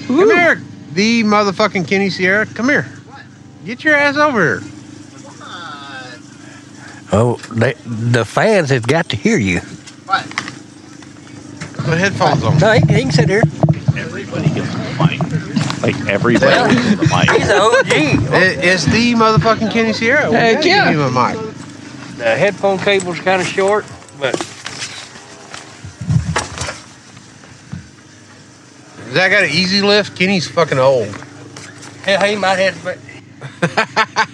B: Come here, the motherfucking Kenny Sierra. Come here. Get your ass over here.
C: Oh, they, the fans have got to hear you.
B: Put the headphones on.
C: No, he, he can sit here.
A: Everybody gets the mic. Like everybody gets the mic.
C: He's an OG.
B: It, it's the motherfucking Kenny Sierra. We
D: Heck
B: gotta give
D: yeah.
B: him a mic.
C: the headphone cable's kind of short, but
B: Does that got an easy lift? Kenny's fucking old.
C: hell, he might have. To be-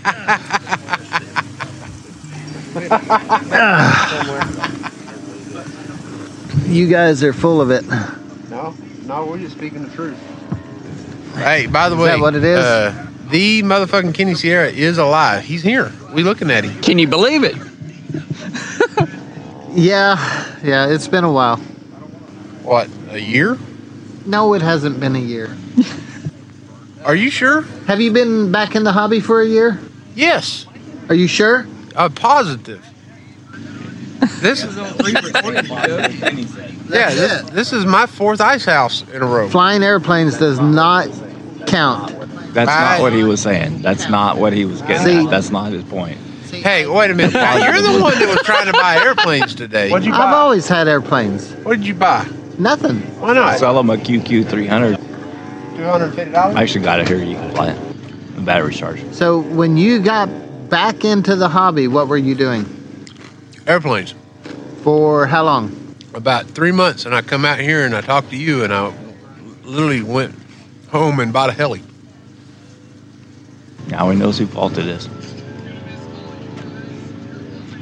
J: You guys are full of it.
B: No, no, we're just speaking the truth. Hey, by the way,
J: that what it is?
B: Uh, the motherfucking Kenny Sierra is alive. He's here. We looking at him.
D: can you believe it?
J: Yeah, yeah, it's been a while.
B: What? A year?
J: No, it hasn't been a year.
B: Are you sure?
J: Have you been back in the hobby for a year?
B: Yes.
J: Are you sure?
B: Uh, positive. This is yeah. This, this is my fourth ice house in a row.
J: Flying airplanes does not count.
A: That's not what he was saying. That's not what he was getting
J: See.
A: at. That's not his point.
B: Hey, wait a minute. Now, you're the one that was trying to buy airplanes today. What'd you
J: I've always had airplanes.
B: What did you buy?
J: Nothing.
B: Why not?
A: Sell him a QQ300.
B: Two hundred fifty dollars.
A: I actually got it here. You can fly it. The battery charge.
J: So when you got back into the hobby, what were you doing?
B: Airplanes.
J: For how long?
B: About three months, and I come out here and I talk to you, and I literally went home and bought a heli.
A: Now he knows who fault it is.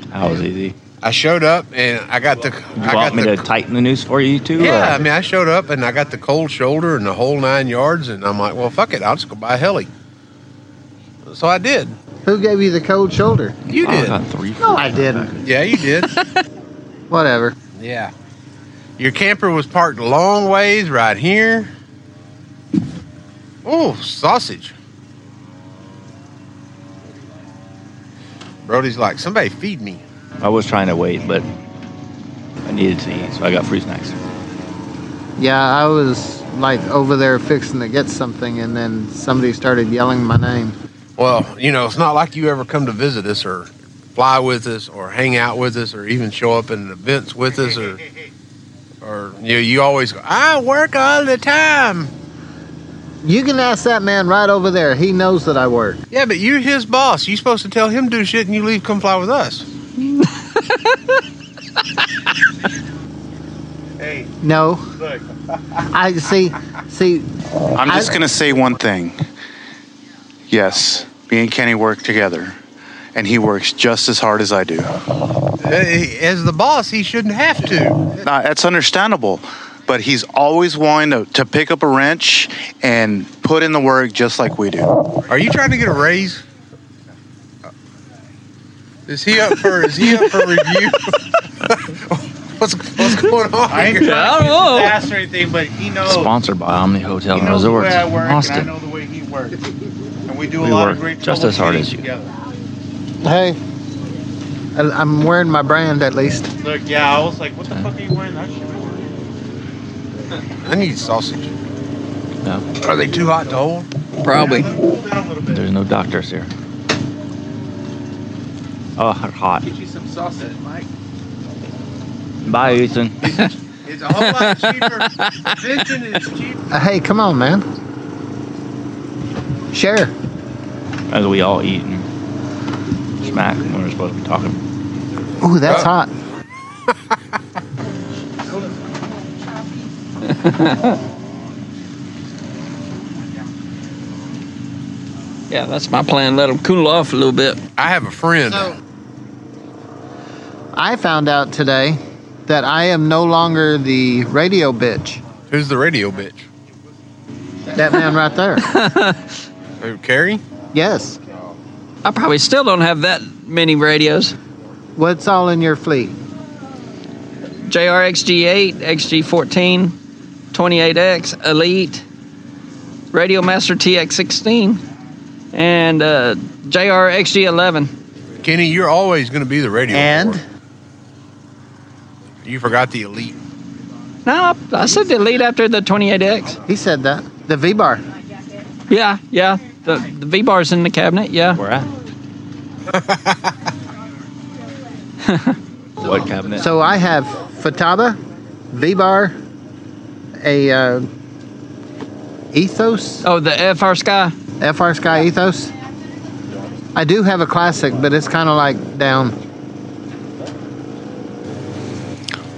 A: That was easy.
B: I showed up and I got the.
A: You
B: I
A: want
B: got
A: me
B: the.
A: to tighten the noose for you too?
B: Yeah, I
A: or-
B: mean, I showed up and I got the cold shoulder and the whole nine yards, and I'm like, well, fuck it, I'll just go buy a heli. So I did.
J: Who gave you the cold shoulder?
B: You
A: I
B: did.
A: got three.
J: No, I didn't.
B: Yeah, you did.
J: Whatever.
B: yeah. Your camper was parked a long ways right here. Oh, sausage. Brody's like, somebody feed me.
A: I was trying to wait, but I needed to eat, so I got free snacks.
J: Yeah, I was like over there fixing to get something, and then somebody started yelling my name.
B: Well, you know, it's not like you ever come to visit us or fly with us or hang out with us or even show up in events with us or or you know, you always go, I work all the time.
J: You can ask that man right over there. He knows that I work.
B: Yeah, but you're his boss. You're supposed to tell him do shit and you leave come fly with us.
I: Hey,
J: No,
I: look.
J: I see. See,
K: I'm just
J: I-
K: going to say one thing. Yes, me and Kenny work together, and he works just as hard as I do.
B: Eh, As the boss, he shouldn't have to.
K: Now, that's understandable, but he's always willing to, to pick up a wrench and put in the work just like we do.
B: Are you trying to get a raise? Is he up for is he up for review? what's what's going on?
I: I ain't
B: here?
I: trying to get his ass or anything, but he knows.
B: Oh.
A: Sponsored by Omni Hotel
I: he
A: and
I: knows
A: Resorts,
I: the way I work, and I
A: Austin.
I: know the way he works. And we do a
A: We
I: lot
A: work
I: of great
A: just as hard as you.
I: troubleshooting
J: hey, I- I'm wearing my brand at least.
I: together. Look, yeah, I was like, what the fuck are you wearing that shit for?
B: I need sausage.
A: No,
B: Are they too hot to hold?
D: Probably.
I: Cool down a little bit.
A: there's no doctors here. Oh, hot.
I: Get you some sausage, Mike.
A: Bye, Ethan.
I: It's a whole lot cheaper. Vincent is cheap.
J: Uh, Hey, come on, man. Share.
A: As we all eat and smack when we're supposed to be talking.
J: Ooh, that's
B: Uh,
J: hot.
D: Yeah, that's my plan. Let them cool off a little bit.
B: I have a friend.
J: So, I found out today that I am no longer the radio bitch.
B: Who's the radio bitch?
J: That man right there.
B: Who, Carrie?
J: Yes.
D: I probably still don't have that many radios.
J: What's all in your fleet?
D: JRXG8, XG14, 28X, Elite, Radio Master TX16, and uh, JRXG11.
B: Kenny, you're always going to be the radio.
J: And
B: whore. you forgot the elite.
D: No, I said Elite after the 28X.
J: he said that. The V bar.
D: Yeah, yeah. The, the V bar's in the cabinet, yeah.
A: Where at? what cabinet?
J: So I have Fataba, V bar, a uh, Ethos,
D: Oh, the FR Sky.
J: FR Sky Ethos. I do have a classic, but it's kind of like down.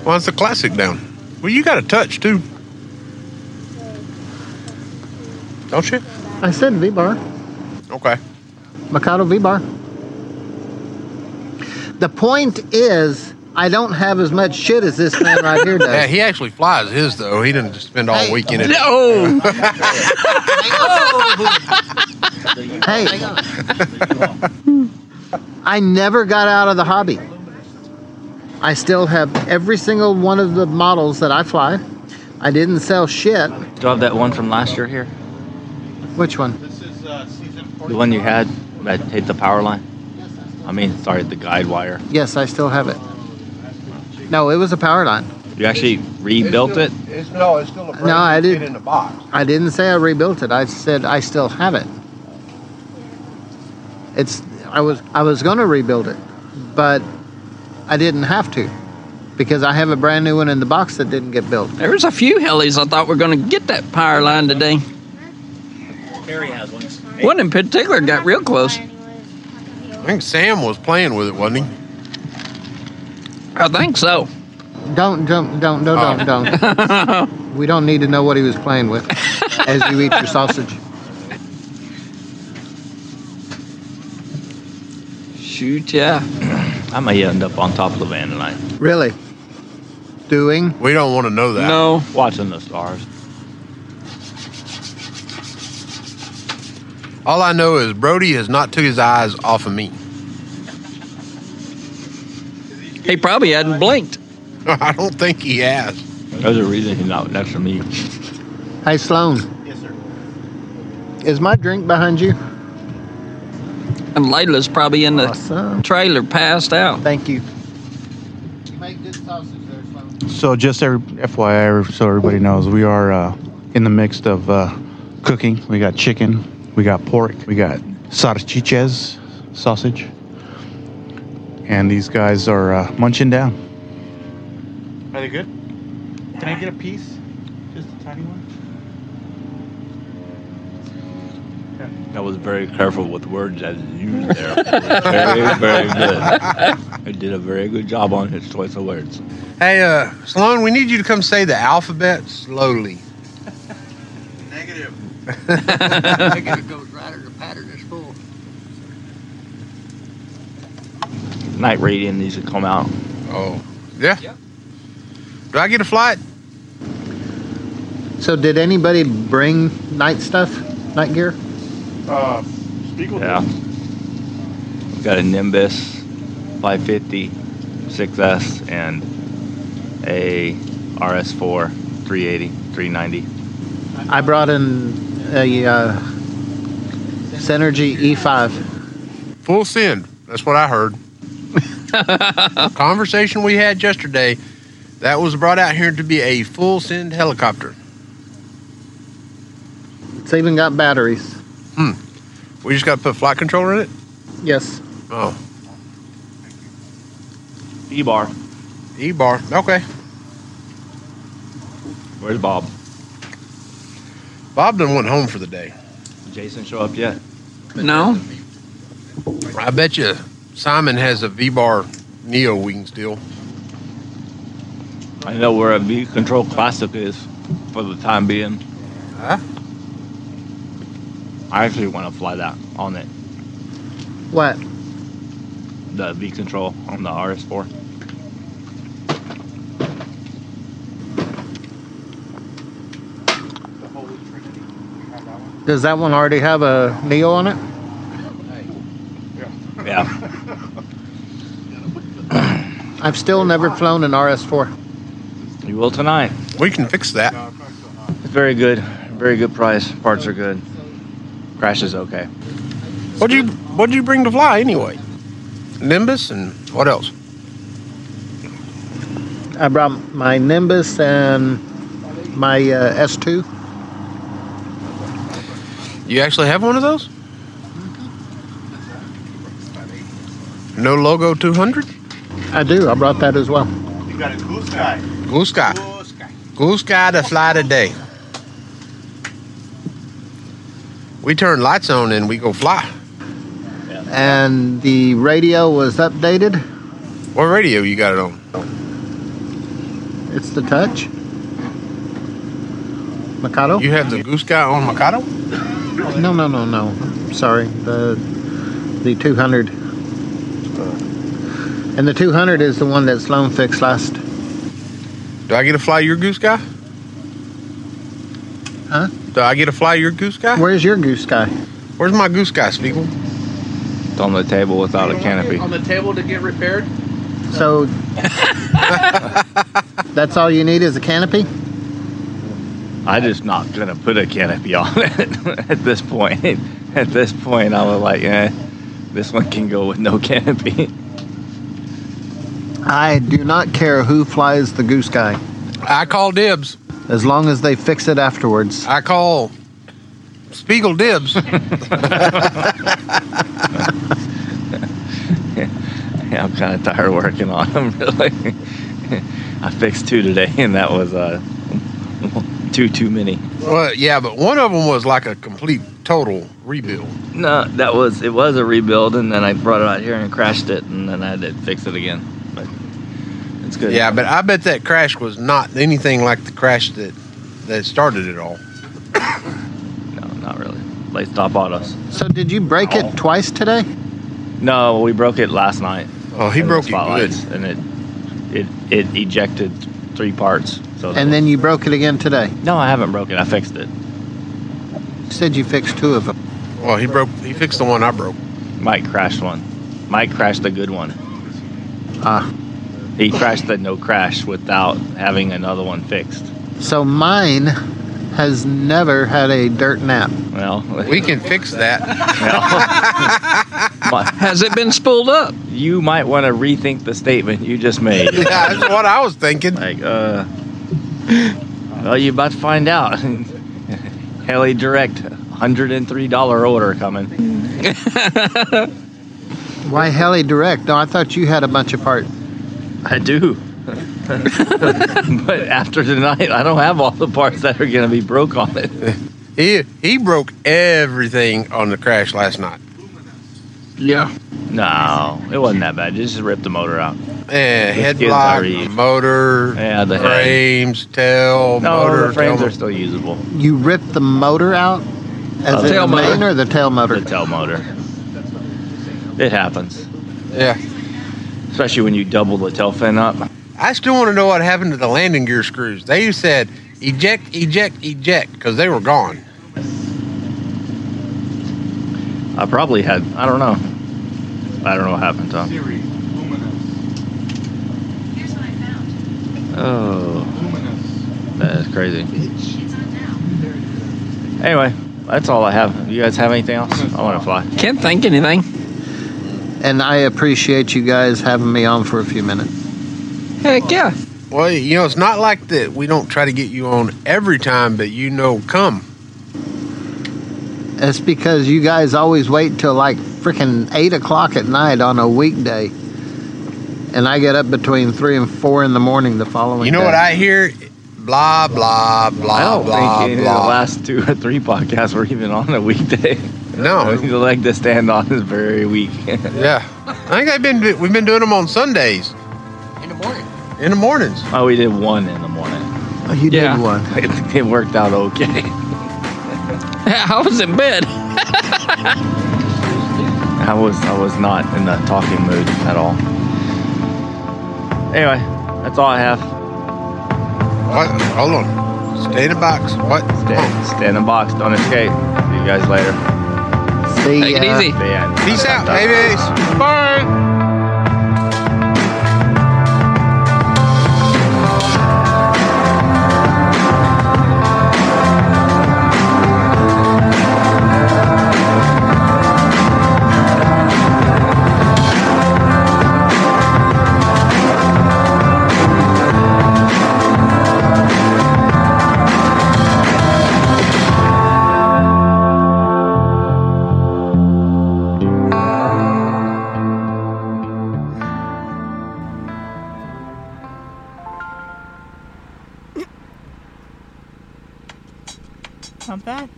B: Well, it's the classic down. Well, you got a touch too. Don't you?
J: I said V bar.
B: Okay.
J: Mikado V bar. The point is, I don't have as much shit as this man right here does.
B: Yeah, he actually flies his though. He didn't just spend all
J: Hey.
B: weekend. in it.
D: No!
J: Hey. I never got out of the hobby. I still have every single one of the models that I fly. I didn't sell shit.
A: Do I have that one from last year here?
J: Which one?
I: This is uh, season four.
A: The one you had that hit the power line? I mean, sorry, the guide wire.
J: Yes, I still have it. No, it was a power line.
A: You actually rebuilt it?
B: It's no, it's still a
J: brand I new kid didn't.
B: in the box.
J: I didn't say I rebuilt it. I said I still have it. It's I was I was going to rebuild it, but I didn't have to because I have a brand new one in the box that didn't get built.
D: There was a few helis I thought were going to get that power line today.
F: Barry has one.
D: One in particular got real close.
B: I think Sam was playing with it, wasn't he?
D: I think so.
J: Don't don't don't no don't don't. we don't need to know what he was playing with as you eat your sausage.
D: Shoot, yeah.
A: I may end up on top of the van tonight.
J: Really? Doing?
B: We don't want to know that.
A: No. Watching the stars.
B: All I know is Brody has not took his eyes off of me.
D: He probably hadn't blinked.
B: I don't think he has.
A: There's a reason he's not next to me.
J: Hey, Sloan. Yes, sir. Is my drink behind you?
D: And Layla's probably in the trailer passed out.
J: Thank you.
L: So just every, FYI, so everybody knows, we are uh, in the midst of uh, cooking. We got chicken, we got pork, we got sarchiches, sausage, and these guys are uh, munching down.
I: Are they good? Can I get a piece? Just a tiny one?
A: I was very careful with words I used there. very, very good. I did a very good job on his choice of words.
B: Hey, uh, Sloan, we need you to come say the alphabet slowly.
C: Negative goes right or the pattern is full.
A: Night reading needs to come out.
B: Oh, yeah. Do I get a flight?
J: So, did anybody bring night stuff? Night gear?
I: Uh, speak with
A: Yeah. We've got a Nimbus 550 6S and a RS4 380 390.
J: I brought in a uh, Synergy E E5.
B: Full send. That's what I heard. Conversation we had yesterday, that was brought out here to be a full send helicopter.
J: It's even got batteries.
B: We just got to put flight controller in it.
J: Yes.
B: Oh,
A: E bar.
B: E bar. Okay.
A: Where's Bob?
B: Bob done went home for the day.
A: Did Jason show up yet?
D: No.
B: I bet you Simon has a V bar Neo we can steal.
A: I know where a V Control Classic is for the time being.
B: Huh?
A: I actually want to fly that on it,
J: What?
A: the V Control on the RS4.
J: Does that one already have a Neo on it?
A: Yeah.
J: I've still never flown an RS4.
A: You will tonight.
B: We can fix that.
A: It's very good. Very good price. Parts are good. Crash is okay.
B: What do you What do you bring to fly anyway? Nimbus and what else?
J: I brought my Nimbus and my uh, S2.
B: You actually have one of those? No logo 200?
J: I do. I brought that as well.
I: You got a cool sky.
B: Blue sky. Blue sky to fly today. We turn lights on and we go fly.
J: And the radio was updated.
B: What radio you got it on?
J: It's the touch. Mikado?
B: You have the Goose Guy on Mikado?
J: No, no, no, no. Sorry. The the 200. And the 200 is the one that Sloan fixed last.
B: Do I get to fly your Goose Guy?
J: Huh?
B: Do I get to fly your Goose Guy?
J: Where's your goose guy?
B: Where's my Goose Guy, Spiegel?
A: It's on the table without a canopy.
I: On the table to get repaired?
J: So that's all you need is a canopy?
A: I just not gonna put a canopy on it at this point. At this point, I was like, eh, this one can go with no canopy.
J: I do not care who flies the goose guy
B: I call dibs.
J: as long as they fix it afterwards.
B: I call Spiegel dibs.
A: Yeah, I'm kind of tired of working on them. Really, I fixed two today, and that was uh, two too many.
B: well, yeah, but one of them was like a complete total rebuild.
A: No, that was it was a rebuild, and then I brought it out here and crashed it, and then I had to fix it again. But it's good.
B: Yeah, but I bet that crash was not anything like the crash that that started it all.
A: no, not really. Late stop autos.
J: So did you break it twice today?
A: No, we broke it last night.
B: Oh, he
A: in the
B: broke it
A: spotlights, and it it it ejected three parts. So that
J: And then you broke it again today.
A: No, I haven't broken. I fixed it.
J: You said you fixed two of them.
B: Well, he broke. He fixed the one I broke.
A: Mike crashed one. Mike crashed a good one.
J: Ah.
A: He crashed the no crash without having another one fixed.
J: So mine has never had a dirt nap.
A: Well,
B: We can fix that.
A: has it been spooled up? You might want to rethink the statement you just made.
B: yeah, that's what I was thinking.
A: Like, uh, well, you're about to find out. Haley Direct, $103 order coming.
J: Why heli direct? No, I thought you had a bunch of parts.
A: I do. but after tonight, I don't have all the parts that are going to be broke on it.
B: He he broke everything on the crash last night.
A: Yeah. No, it wasn't that bad. It just ripped the motor out.
B: Yeah,
A: The skid's are
B: headlock,
A: used.
B: motor,
A: Yeah, the head.
B: frames, tail,
A: No,
B: motor.
A: the frames
B: tail-
A: are still usable.
J: You ripped the motor out as
A: Uh,
J: in
A: tail
J: the main
A: motor.
J: or the tail motor?
A: The tail motor. It happens,
B: Yeah.
A: especially when you double the tail fin up.
B: I still want to know what happened to the landing gear screws. They said eject, eject, eject because they were gone.
A: I probably had. I don't know. I don't know what happened, Tom.
I: Siri, luminous,
E: Here's what I found.
A: Oh,
I: luminous.
A: that is crazy. Anyway, that's all I have. You guys have anything else? I want to fly.
D: Can't think anything.
J: And I appreciate you guys having me on for a few minutes.
D: Heck yeah.
B: Well, you know, it's not like that. We don't try to get you on every time, but you know, come.
J: It's because you guys always wait till like freaking 8 o'clock at night on a weekday. And I get up between 3 and 4 in the morning the following
B: You know
J: day.
B: what I hear? Blah blah
A: I
B: blah
A: don't
B: blah
A: think any of the
B: blah.
A: last two or three podcasts were even on a weekday.
B: No,
A: the leg to stand on is very weak.
B: yeah. I think I've been we've been doing them on Sundays
G: In the morning.
B: in the mornings.
A: oh, we did one in the morning.
J: Oh, you
D: Yeah.
J: did one.
A: It, it worked out okay.
D: I was in bed.
A: I was I was not in the talking mood at all. Anyway, that's all I have.
B: What? Hold on. Stay in the box. What? Oh,
A: Stay, stay in the box, don't escape. See you guys later.
J: See
D: Take it
J: ya.
D: easy.
A: The end.
B: Peace out, babies. Bye.
M: Pump that.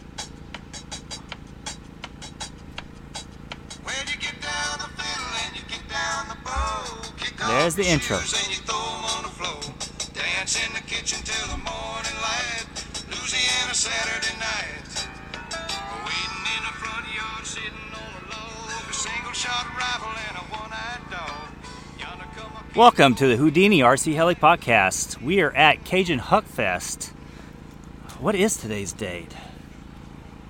N: There's the intro. Welcome to the Houdini RC Heli Podcast. We are at Cajun Huck Fest. What is today's date?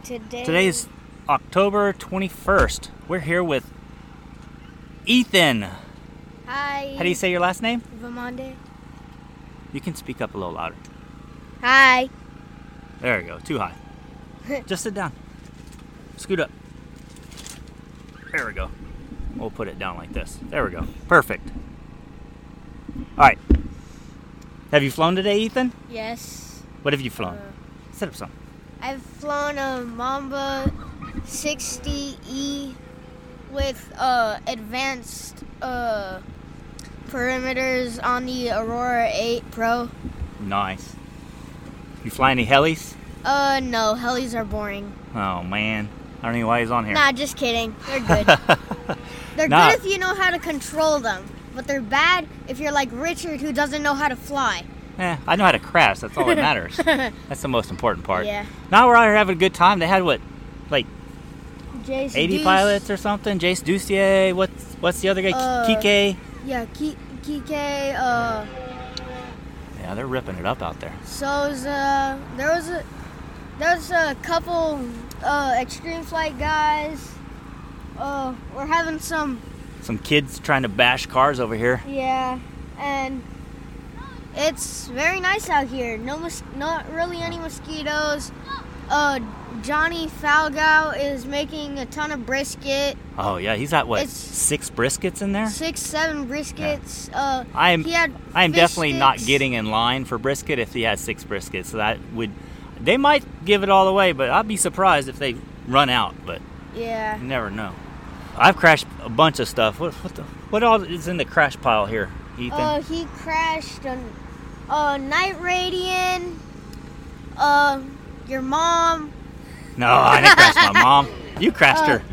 E: Today.
N: Today is October 21st. We're here with Ethan. How
E: Hi.
N: do you say your last name?
E: Vamonde.
N: You can speak up a little louder.
E: Hi.
N: There you go. Too high. Just sit down. Scoot up. There we go. We'll put it down like this. There we go. Perfect. All right. Have you flown today, Ethan?
E: Yes.
N: What have you flown? Sit up some.
E: I've flown a Mamba 60E with uh, advanced uh, perimeters on the Aurora 8 Pro.
N: Nice. You fly any helis?
E: Uh, no, helis are boring.
N: Oh man, I don't know why he's on here.
E: Nah, just kidding. They're good. They're
N: Nah.
E: good if you know how to control them, but they're bad if you're like Richard who doesn't know how to fly.
N: Eh, I know how to crash. That's all that matters. That's the most important part.
E: Yeah.
N: Now we're out here having a good time. They had what, like,
E: Jace
N: 80
E: Deuce.
N: pilots or something. Jace Ducier. What's what's the other guy? K-
E: Uh,
N: Kike.
E: Yeah, Ki- Kike, uh,
N: Yeah, they're ripping it up out there.
E: Soza. uh, There was a, there was a couple uh, Extreme Flight guys. Uh, we're having some,
N: Some kids trying to bash cars over here.
E: yeah, and it's very nice out here. No, mos- not really any mosquitoes. Uh, Johnny Falgau is making a ton of brisket.
N: Oh yeah, he's got what
E: It's-
N: six briskets in there.
E: Six, seven briskets. Uh,
N: I am
E: He had
N: I am
E: fish
N: definitely not
E: sticks.
N: getting in line for brisket if he has six briskets. So that would they might give it all away, but I'd be surprised if they run out. But
E: yeah.
N: you never know. I've crashed a bunch of stuff. What what the what all is in the crash pile here, Ethan?
E: Uh, he crashed on uh, Night Radian, uh, your mom,
N: no, I didn't crash my mom. You crashed
E: Uh,
N: her.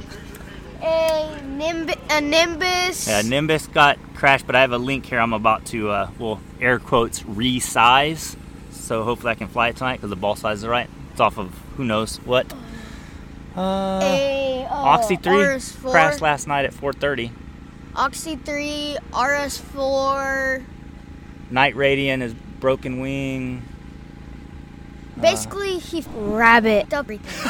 E: a, nimb- a Nimbus.
N: Yeah, Nimbus got crashed, but I have a link here. I'm about to, uh, well, air quotes, resize. So hopefully I can fly it tonight because the ball size is right. It's off of who knows what. Uh,
E: a, uh,
N: Oxy 3
E: RS4,
N: crashed last night at 4:30.
E: Oxy 3, RS4.
N: Uh. Night Radiant is broken wing.
E: Basically, he rabbit everything.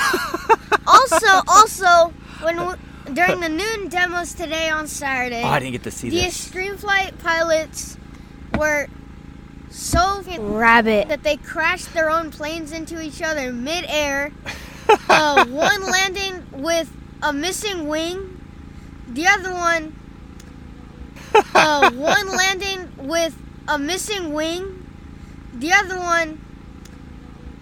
E: also, also, when w during the noon demos today on Saturday,
N: Oh, I didn't get to see
E: the
N: this.
E: extreme flight pilots were so rabbit that they crashed their own planes into each other mid-air. uh, one landing with a missing wing, the other one. Uh, one landing with a missing wing, the other one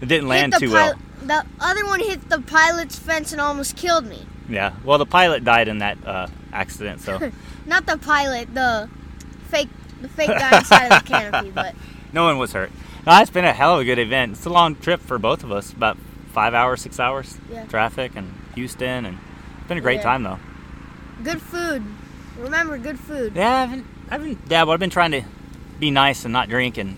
N: It didn't land
E: hit the
N: too
E: pil-
N: well.
E: The other one hit the pilot's fence and almost killed me.
N: Yeah. Well, the pilot died in that uh, accident, so
E: Not the pilot, the fake, the fake guy inside of the canopy. But
N: no one was hurt. No, it's been a hell of a good event. It's a long trip for both of us, about five hours, six hours.
E: Yeah.
N: Traffic and Houston, and it's been a great
E: Yeah.
N: time though.
E: good food. Remember, good food.
N: Yeah, I haven't, I haven't dabbled. I've been trying to be nice and not drink and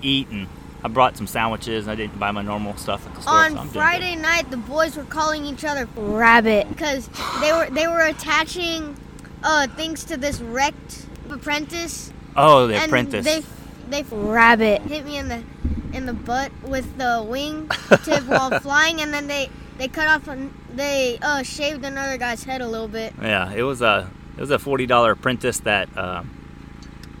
N: eat, and I brought some sandwiches. and I didn't buy my normal stuff at the store. so I'm
E: On
N: doing
E: Friday night, the boys were calling each other rabbit because they were they were attaching uh, things to this wrecked apprentice.
N: good. Oh, the
E: and
N: apprentice.
E: They they rabbit hit me in the in the butt with the wing tip while flying, and then they they cut off an, they uh, shaved another guy's head a little bit.
N: yeah, it was a it was a forty dollar apprentice that. Um,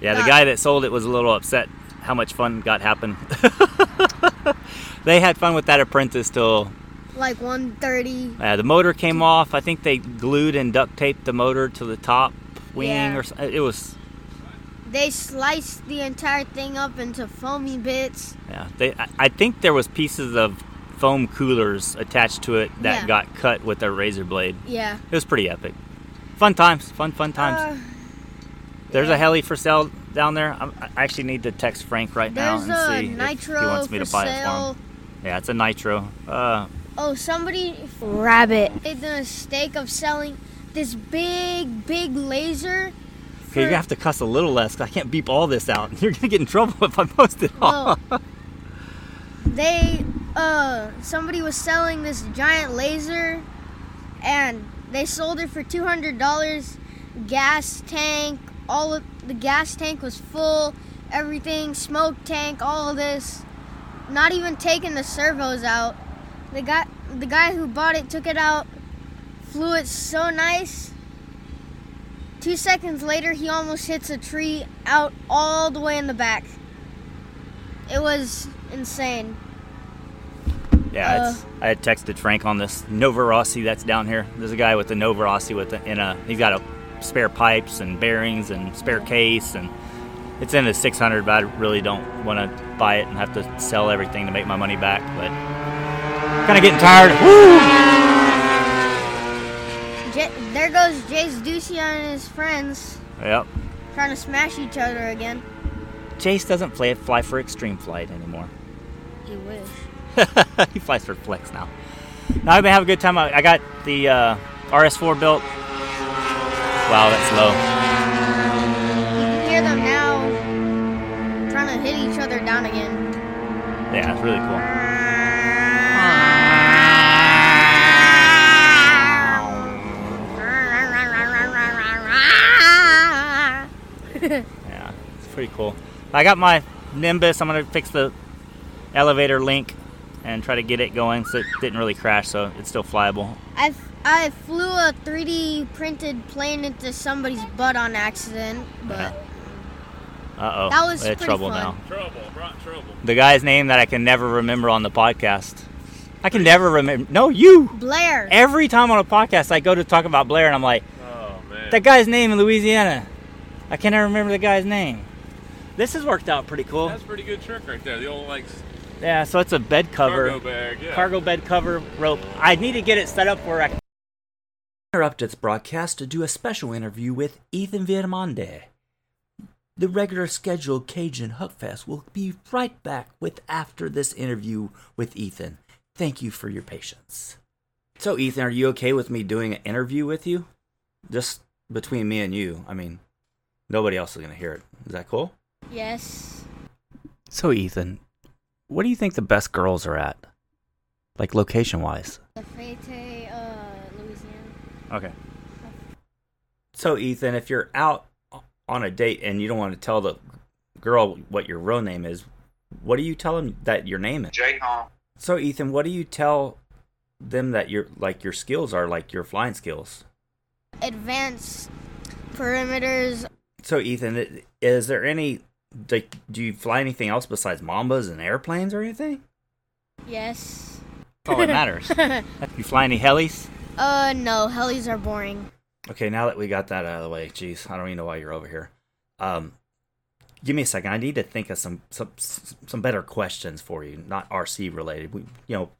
N: yeah, the
E: Got-
N: guy that sold it was a little upset how much fun got happened. they had fun with that apprentice till
E: like 130.
N: Uh, the motor came off. I think they glued and duct taped the motor to the top wing
E: Yeah.
N: or s- it was
E: They sliced the entire thing up into foamy bits.
N: yeah. They I, I think there was pieces of foam coolers attached to it that
E: Yeah.
N: got cut with a razor blade.
E: Yeah.
N: It was pretty epic. Fun times, fun fun times.
E: Uh,
N: there's a heli for sale down there. I'm, I actually need to text Frank right now
E: there's
N: and
E: a
N: see
E: nitro
N: if he wants me
E: for
N: to buy it for
E: sale.
N: him. Yeah, it's a nitro. Uh,
E: Oh, somebody rabbit made the mistake of selling this big, big laser.
N: okay, you're gonna have to cuss a little less. 'cause I can't beep all this out. You're gonna get in trouble if I post it all.
E: oh. They, uh, somebody was selling this giant laser, and they sold it for two hundred dollars. Gas tank, all of the gas tank was full. Everything, smoke tank, all of this. Not even taking the servos out. The guy, the guy who bought it took it out, flew it so nice. Two seconds later, he almost hits a tree out all the way in the back. It was insane.
N: Yeah, it's, I had texted Frank on this Nova Rossi that's down here. There's a guy with a Nova Rossi with a, in a he's got a spare pipes and bearings and spare case and it's in a 600, but I really don't want to buy it and have to sell everything to make my money back. But kind of getting tired.
E: J- Uh, there goes Jace Ducey and his friends
N: Yep.
E: trying to smash each other again.
N: Chase doesn't fly, fly for extreme flight anymore.
E: You wish.
N: he flies for flex now. Now I've been having a good time. I, I got the uh, RS4 built. Wow, that's low.
E: You can hear them now trying to hit each other down again.
N: Yeah, it's really cool.
G: pretty cool. I got my Nimbus. I'm gonna fix the elevator link and try to get it going. So it didn't really crash, so it's still flyable.
E: I, I flew a 3D printed plane into somebody's butt on accident, but
G: Uh oh.
E: That was pretty
G: trouble
E: fun.
G: now.
I: Trouble, brought trouble.
G: The guy's name that I can never remember on the podcast. I can never remember. No, you.
E: Blair.
G: Every time on a podcast, I go to talk about Blair, and I'm like, that guy's name in Louisiana. I can't ever remember the guy's name. This has worked out pretty cool.
I: That's a pretty good trick right there. The old like s-
G: Yeah, so it's a bed cover.
I: Cargo bag, yeah.
G: Cargo bed cover rope. I need to get it set up where I can.
N: Interrupt its broadcast to do a special interview with Ethan Viramonde. The regular scheduled Cajun Huckfest will be right back with after this interview with Ethan. Thank you for your patience. So, Ethan, are you okay with me doing an interview with you? Just between me and you. I mean, nobody else is going to hear it. Is that cool?
E: yes.
N: So, Ethan, what do you think the best girls are at? Like, location wise?
E: Lafayette, uh, Louisiana.
G: Okay.
N: So, Ethan, if you're out on a date and you don't want to tell the girl what your real name is, what do you tell them that your name is?
O: Jay Hall.
N: So, Ethan, what do you tell them that your like your skills are like your flying skills?
E: Advanced perimeters.
N: So, Ethan, i- is there any like do you fly anything else besides mambas and airplanes or anything?
E: Yes.
G: That's all that Oh, matters. you fly any helis?
E: Uh, no, helis are boring.
N: Okay, now that we got that out of the way, jeez, I don't even know why you're over here. Um, give me a second. I need to think of some some s- some better questions for you, not RC related. We you know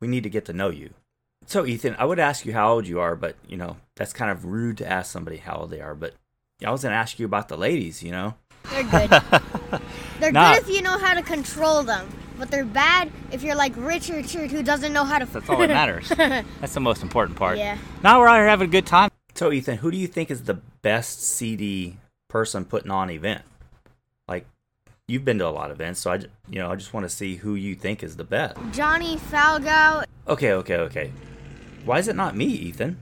N: we need to get to know you. So Ethan, I would ask you how old you are, but you know that's kind of rude to ask somebody how old they are. But I was gonna ask you about the ladies. You know,
E: They're good. They're
N: Nah.
E: good if you know how to control them, but they're bad if you're like Richard Richard who doesn't know how to.
G: That's all that matters. That's the most important part.
E: Yeah.
G: Now we're out here having a good time.
N: So Ethan, who do you think is the best CD person putting on an event? Like you've been to a lot of events, so I j- you know I just want to see who you think is the best.
E: Johnny Falgao.
N: Okay, okay, okay. Why is it not me, Ethan?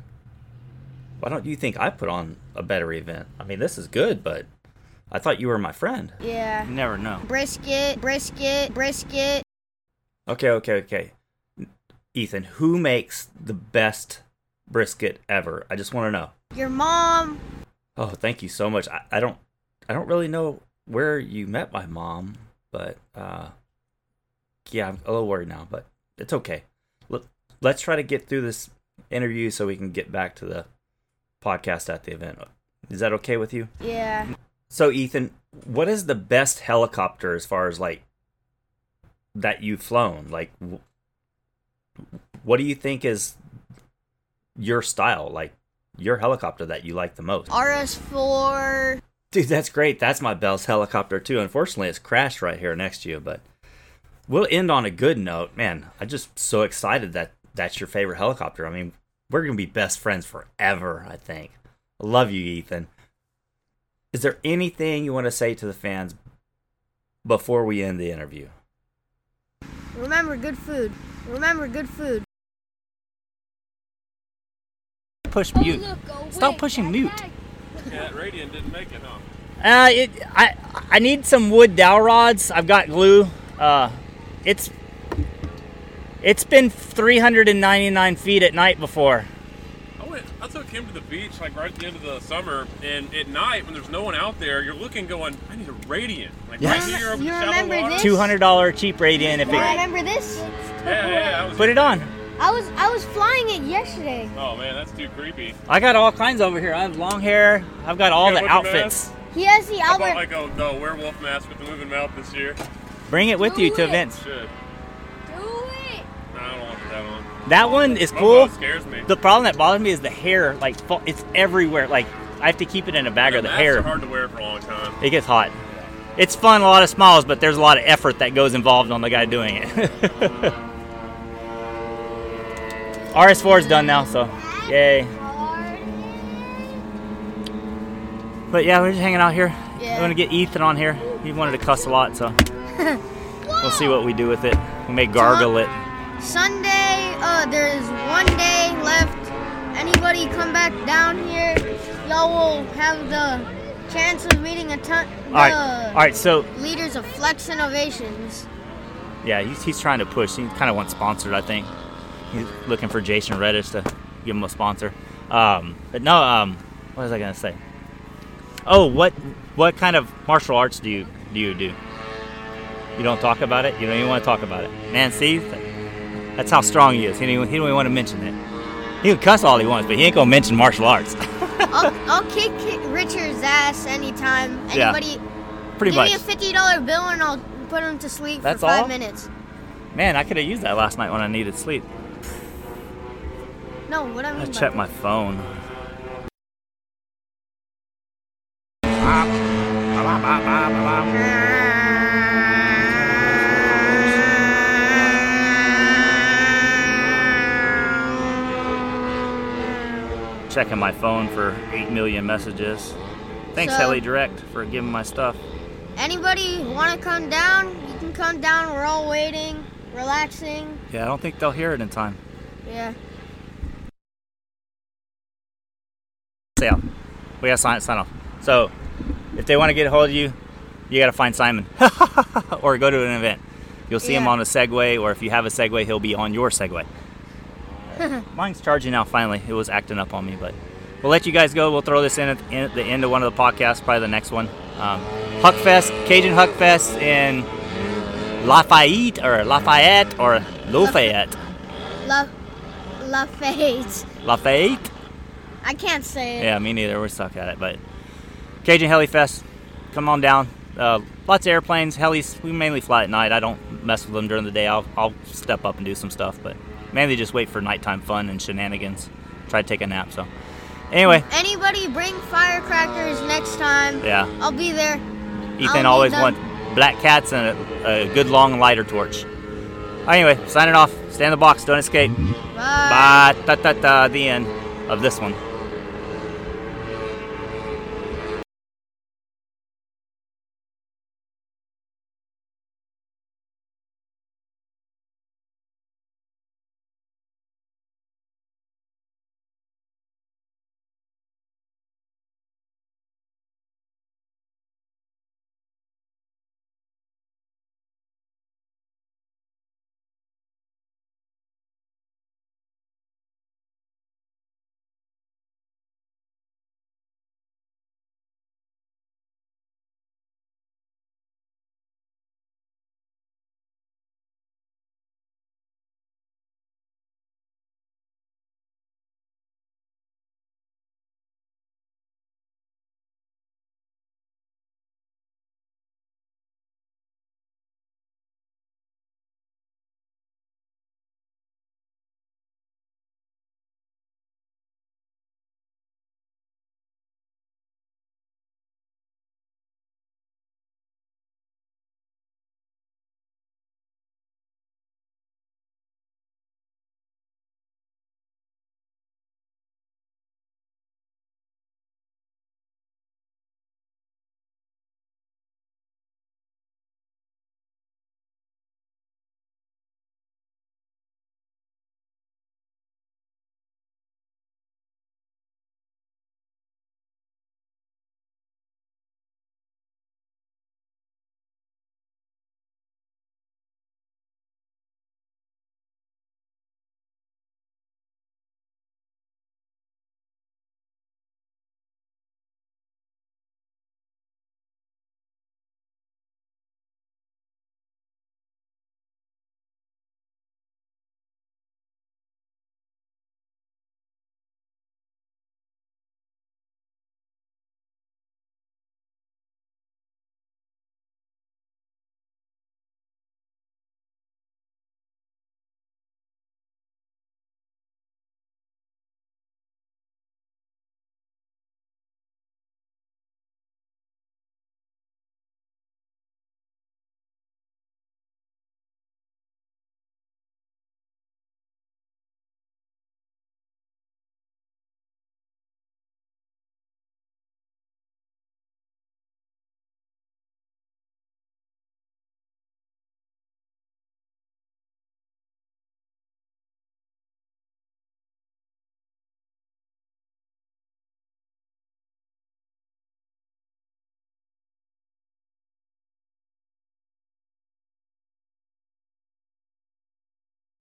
N: Why don't you think I put on a better event? I mean, this is good, but I thought you were my friend.
E: Yeah.
N: never know.
E: Brisket, brisket, brisket.
N: Okay, okay, okay. Ethan, who makes the best brisket ever? I just want to know.
E: Your mom.
N: Oh, thank you so much. I, I don't I don't really know where you met my mom, but uh yeah, I'm a little worried now, but it's okay. Let, let's try to get through this interview so we can get back to the podcast at the event. Is that okay with you?
E: Yeah.
N: So, Ethan, what is the best helicopter as far as like that you've flown? Like, w- what do you think is your style? Like, your helicopter that you like the most?
E: RS4.
N: Dude, that's great. That's my Bell's helicopter too. Unfortunately, it's crashed right here next to you, but we'll end on a good note. Man, I'm just so excited that that's your favorite helicopter. I mean, we're going to be best friends forever, I think. I love you, Ethan. Is there anything you want to say to the fans before we end the interview?
E: Remember good food. Remember good food.
G: Push mute. Stop pushing mute.
I: Cat Radiant didn't make it, huh?
G: Uh, it, I I need some wood dowel rods. I've got glue. Uh, it's it's been 399 feet at night before.
I: I went. I took him to the beach like right at the end of the summer, and at night when there's no one out there, you're looking, going, I need a radiant, like right here over
E: You
I: the shallow
E: remember
I: water.
E: this?
G: $200 cheap radiant if
E: You
G: it
E: remember this?
G: put it on.
E: I was I was flying it yesterday.
I: Oh man, that's too creepy.
G: I got all kinds over here. I have long hair. I've got all
I: You got
G: the
I: a bunch of
G: outfits.
E: He has the
I: I
E: Albert.
I: bought like a, the werewolf mask with the moving mouth this year.
G: Bring it with you to events.
I: Shit. No, I don't want to put that on.
G: That one is
I: Momo
G: cool.
I: scares me.
G: The problem that bothers me is the hair. Like fa- it's everywhere. Like I have to keep it in a bag or the
I: Masks
G: hair.
I: are hard to wear for a long time.
G: It gets hot. It's fun, a lot of smiles, but there's a lot of effort that goes involved on the guy doing it. RS4 is done now, so yay. But yeah, we're just hanging out here.
E: Yeah.
G: We're gonna get Ethan on here. He wanted to cuss a lot, so we'll see what we do with it. We may gargle it.
E: Sunday, uh, there's one day left. Anybody come back down here, y'all will have the chance of meeting a ton.
N: All right,
E: the
N: all right, so-
E: leaders of Flex Innovations.
N: Yeah, he's, he's trying to push. He kind of wants sponsored, I think. He's looking for Jason Reddish to give him a sponsor. Um, but no, um, what was I gonna say? Oh, what what kind of martial arts do you do you do? You don't talk about it. You don't even want to talk about it. Man, see, that's how strong he is. He don't, even- he don't even want to mention it. He can cuss all he wants, but he ain't gonna mention martial arts.
E: I'll, I'll kick Richard's ass anytime.
N: Yeah,
E: Anybody.
N: pretty
E: give me a
N: much.
E: fifty dollar bill and I'll put him to sleep
N: That's
E: for five
N: all?
E: minutes.
N: Man, I could have used that last night when I needed sleep.
E: No, what I mean.
N: I
E: by
N: checked my phone. Checking my phone for 8 million messages. Thanks,
E: So-
N: Helly Direct, for giving my stuff.
E: Anybody want to come down? You can come down. We're all waiting, relaxing.
N: Yeah, I don't think they'll hear it in time.
E: Yeah.
N: Say off. We gotta sign, sign off. So, if they want to get a hold of you, you gotta find Simon or go to an event. You'll see him
M: Yeah.
N: on a Segway, or if you have a Segway, he'll be on your Segway. Mine's charging now. Finally, it was acting up on me, but we'll let you guys go. We'll throw this in at, in at the end of one of the podcasts, probably the next one. Um, Huckfest, Cajun Huckfest in Lafayette or Lafayette or Lafayette,
E: La, La Fate.
N: Lafayette.
E: I can't say it.
N: Yeah, me neither. We're stuck at it, but Cajun Heli Fest, come on down. Uh, lots of airplanes. Helis, we mainly fly at night. I don't mess with them during the day. I'll, I'll step up and do some stuff, but mainly just wait for nighttime fun and shenanigans. Try to take a nap. So, anyway,
E: Anybody bring firecrackers next time?
N: Yeah.
E: I'll be there. I'll
N: Ethan
E: need
N: always
E: them.
N: wants black cats and a, a good long lighter torch. Anyway, signing off. Stay in the box. Don't escape. Bye. Bye. Ta ta ta. The end of this one.